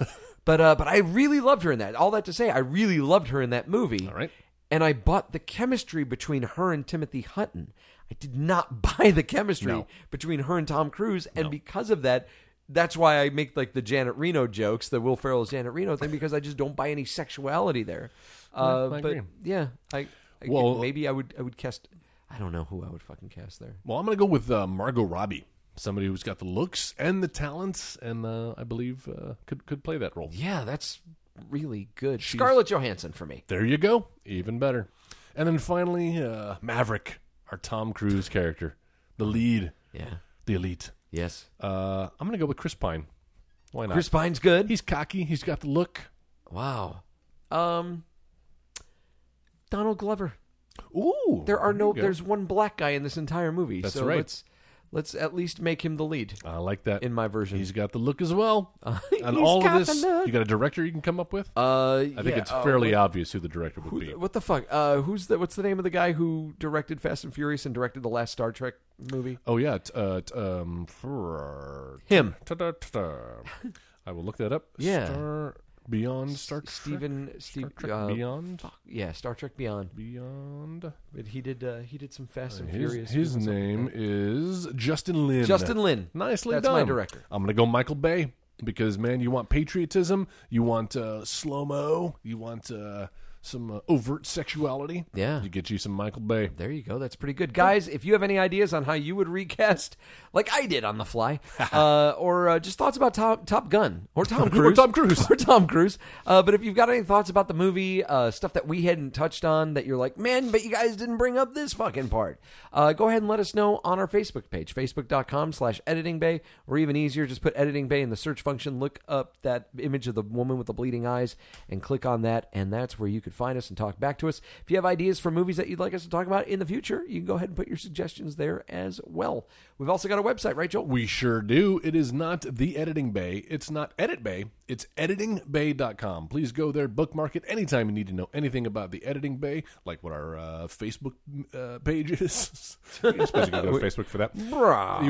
S5: but uh, but I really loved her in that. All that to say, I really loved her in that movie.
S3: All right.
S5: And I bought the chemistry between her and Timothy Hutton. I did not [laughs] buy the chemistry
S3: No.
S5: between her and Tom Cruise, and because of that, that's why I make like the Janet Reno jokes, the Will Ferrell Janet Reno thing, because I just don't buy any sexuality there. Uh,
S3: I
S5: but
S3: agree.
S5: yeah, I, I
S3: Well-
S5: maybe I would I would cast. I don't know who I would fucking cast there.
S3: Well, I'm going to go with uh, Margot Robbie somebody who's got the looks and the talents, and uh, I believe uh, could could play that role.
S5: Yeah, that's really good. Scarlett Johansson for me.
S3: There you go, even better. And then finally, uh, Maverick, our Tom Cruise character, the lead,
S5: Yeah.
S3: the elite.
S5: Yes.
S3: Uh, I'm gonna go with Chris Pine. Why not?
S5: Chris Pine's good.
S3: He's cocky. He's got the look.
S5: wow. Um. Donald Glover.
S3: Ooh,
S5: There are no.
S3: you go.
S5: There's one black guy in this entire movie.
S3: That's
S5: so
S3: right.
S5: Let's let's at least make him the lead
S3: I like that.
S5: in my version.
S3: he's got the look as well. and
S5: [laughs] he's
S3: all
S5: got
S3: of this,
S5: the look.
S3: you got a director you can come up with.
S5: uh,
S3: I think
S5: yeah,
S3: it's
S5: uh,
S3: fairly obvious who the director would be.
S5: What the fuck? Uh, who's the? What's the name of the guy who directed Fast and Furious and directed the last Star Trek movie?
S3: Oh yeah, t- uh, t- um, frrrr.
S5: Him. [laughs]
S3: Ta-da-ta-da. I will look that up.
S5: Yeah.
S3: Star Beyond Star Trek.
S5: Steven. Steve.
S3: Trek
S5: uh,
S3: Beyond.
S5: yeah, Star Trek Beyond.
S3: Beyond.
S5: But he did. Uh, he did some Fast and
S3: His,
S5: Furious.
S3: his
S5: movies.
S3: name is Justin Lin.
S5: Justin Lin.
S3: Nicely
S5: That's
S3: done.
S5: my director.
S3: I'm gonna go Michael Bay because man, you want patriotism, you want uh, slow mo, you want uh, some uh, overt sexuality.
S5: Yeah.
S3: you get you some Michael Bay.
S5: There you go. That's pretty good, guys. If you have any ideas on how you would recast, like I did on the fly, uh, or uh, just thoughts about Top, Top Gun or Tom Cruise,
S3: Tom Cruise.
S5: or Tom Cruise. Uh, but if you've got any thoughts about the movie, uh, stuff that we hadn't touched on that you're like, man, but you guys didn't bring up this fucking part, uh, go ahead and let us know on our Facebook page, facebook.com slash editing bay, or even easier, just put editing bay in the search function, look up that image of the woman with the bleeding eyes, and click on that, and that's where you could find us and talk back to us. If you have ideas for movies that you'd like us to talk about in the future, you can go ahead and put your suggestions there as well. We've also got a website, right, Joel?
S3: We sure do. It is not the editing bay. It's not edit bay. It's editingbay.com. Please go there, bookmark it anytime you need to know anything about the editing bay, like what our uh, Facebook uh, page is. [laughs] You're supposed to go to Facebook for that. You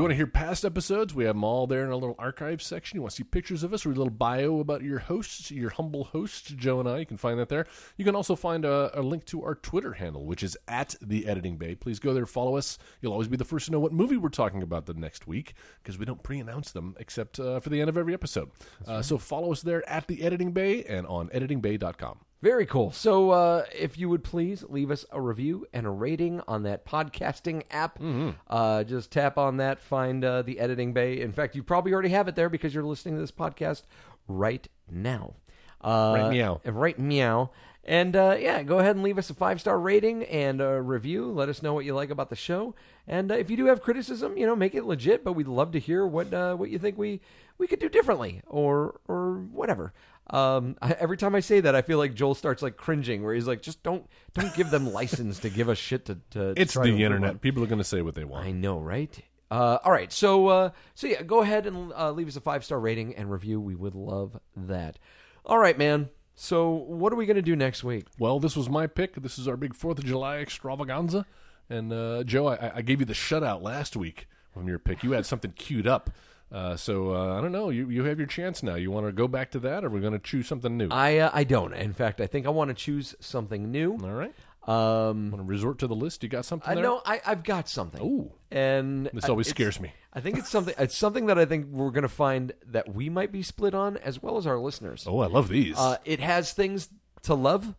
S3: want to hear past episodes? We have them all there in a little archive section. You want to see pictures of us or a little bio about your hosts, your humble host, Joe and I. You can find that there. You can also find a, a link to our Twitter handle, which is at the editing bay. Please go there, follow us. You'll always be the first to know what movie we're talking about the next week because we don't pre announce them except uh, for the end of every episode. Uh, So follow us there at the editing bay and on editingbay.com.
S5: Very cool. So, uh, if you would please leave us a review and a rating on that podcasting app,
S3: Mm-hmm.
S5: uh, just tap on that, find uh, the editing bay. In fact, you probably already have it there because you're listening to this podcast right now. Uh,
S3: Right meow.
S5: and Right meow. And uh, yeah, go ahead and leave us a five star rating and a review. Let us know what you like about the show. And uh, if you do have criticism, you know, make it legit. But we'd love to hear what uh, what you think we we could do differently or or whatever. Um, I, every time I say that, I feel like Joel starts like cringing, where he's like, "Just don't don't give them [laughs] license to give us shit to." to
S3: It's
S5: try
S3: the
S5: to improve on."
S3: internet. People are going to say what they want.
S5: I know, right? Uh, all right, so uh, so yeah, go ahead and uh, leave us a five star rating and review. We would love that. All right, man. So what are we gonna do next week?
S3: Well, this was my pick. This is our big Fourth of July extravaganza. And uh, Joe, I, I gave you the shutout last week on your pick.
S5: [laughs]
S3: You had something queued up. Uh, so uh, I don't know. You you have your chance now. You want to go back to that, or we're going to choose something new?
S5: I uh, I don't. In fact, I think I want to choose something new.
S3: All right.
S5: Um,
S3: Want to resort to the list? You got something?
S5: I
S3: there?
S5: know I I've got something.
S3: Ooh.
S5: and
S3: This
S5: I-
S3: always
S5: it's-
S3: scares me.
S5: I think it's something. It's something that I think we're gonna find that we might be split on, as well as our listeners.
S3: Oh, I love these.
S5: Uh, it has things to love.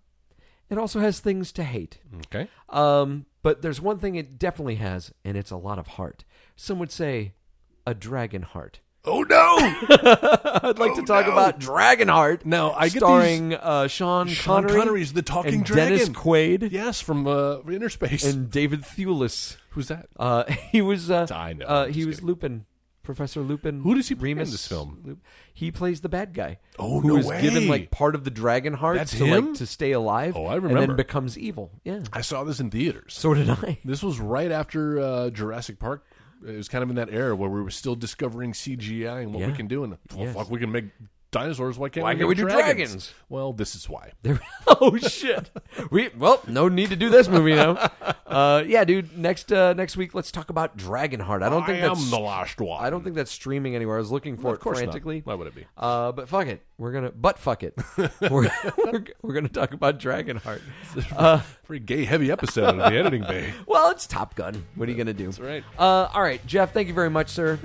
S5: It also has things to hate.
S3: okay.
S5: Um, but there's one thing it definitely has, and it's a lot of heart. Some would say a dragon heart.
S3: Oh no!
S5: [coughs] I'd like to talk about Dragon Heart.
S3: Oh, Now, I get
S5: starring uh, Sean,
S3: Sean
S5: Connery.
S3: Connery's the talking
S5: and
S3: dragon.
S5: Dennis Quaid
S3: yes, from uh, Inner Space.
S5: and David Thewlis.
S3: Who's that?
S5: Uh, [laughs] he was. Uh,
S3: I know,
S5: Uh,
S3: I'm
S5: he
S3: just
S5: was
S3: kidding.
S5: Lupin. Professor Lupin.
S3: Who does he play in
S5: Remus
S3: this film?
S5: Lup- He plays the bad guy.
S3: Oh,
S5: who
S3: no
S5: was given
S3: way.
S5: like part of the dragon heart
S3: That's
S5: to
S3: him?
S5: like to stay alive.
S3: Oh, I
S5: And
S3: remember.
S5: then becomes evil. Yeah.
S3: I saw this in theaters.
S5: So did I.
S3: This was right after uh, Jurassic Park. It was kind of in that era where we were still discovering CGI and what we
S5: Yeah.
S3: can do. And well,
S5: Yes.
S3: fuck, we can make dinosaurs. Why can't
S5: Why
S3: we, make
S5: can't we do
S3: dragons?
S5: dragons?
S3: Well, this is why.
S5: There- [laughs] oh shit. We well, no need to do this movie now. Uh, yeah, dude. Next uh, next week, let's talk about Dragonheart. I don't think
S3: am
S5: that's
S3: the last one.
S5: I don't think that's streaming anywhere. I was looking for
S3: Of
S5: it
S3: course not.
S5: frantically.
S3: Why would it be?
S5: Uh, but fuck it, we're gonna butt fuck
S3: [laughs]
S5: it. we're, we're, we're gonna talk about Dragonheart.
S3: Pretty gay heavy episode of the editing
S5: [laughs]
S3: bay.
S5: Well, it's Top Gun. What are you gonna do? That's
S3: right. Hmm.
S5: Uh, all right, Jeff. Thank you very much, sir.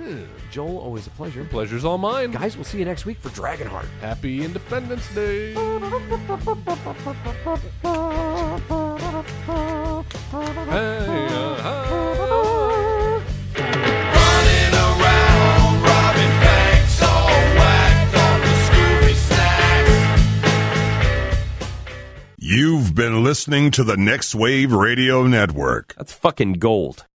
S5: Joel, always a pleasure.
S3: Pleasure's all mine.
S5: Guys, we'll see you next week for Dragonheart.
S3: Happy Independence Day. Hey, uh, hi.
S6: running around.
S1: You've been listening to the Next Wave Radio Network.
S6: That's fucking gold.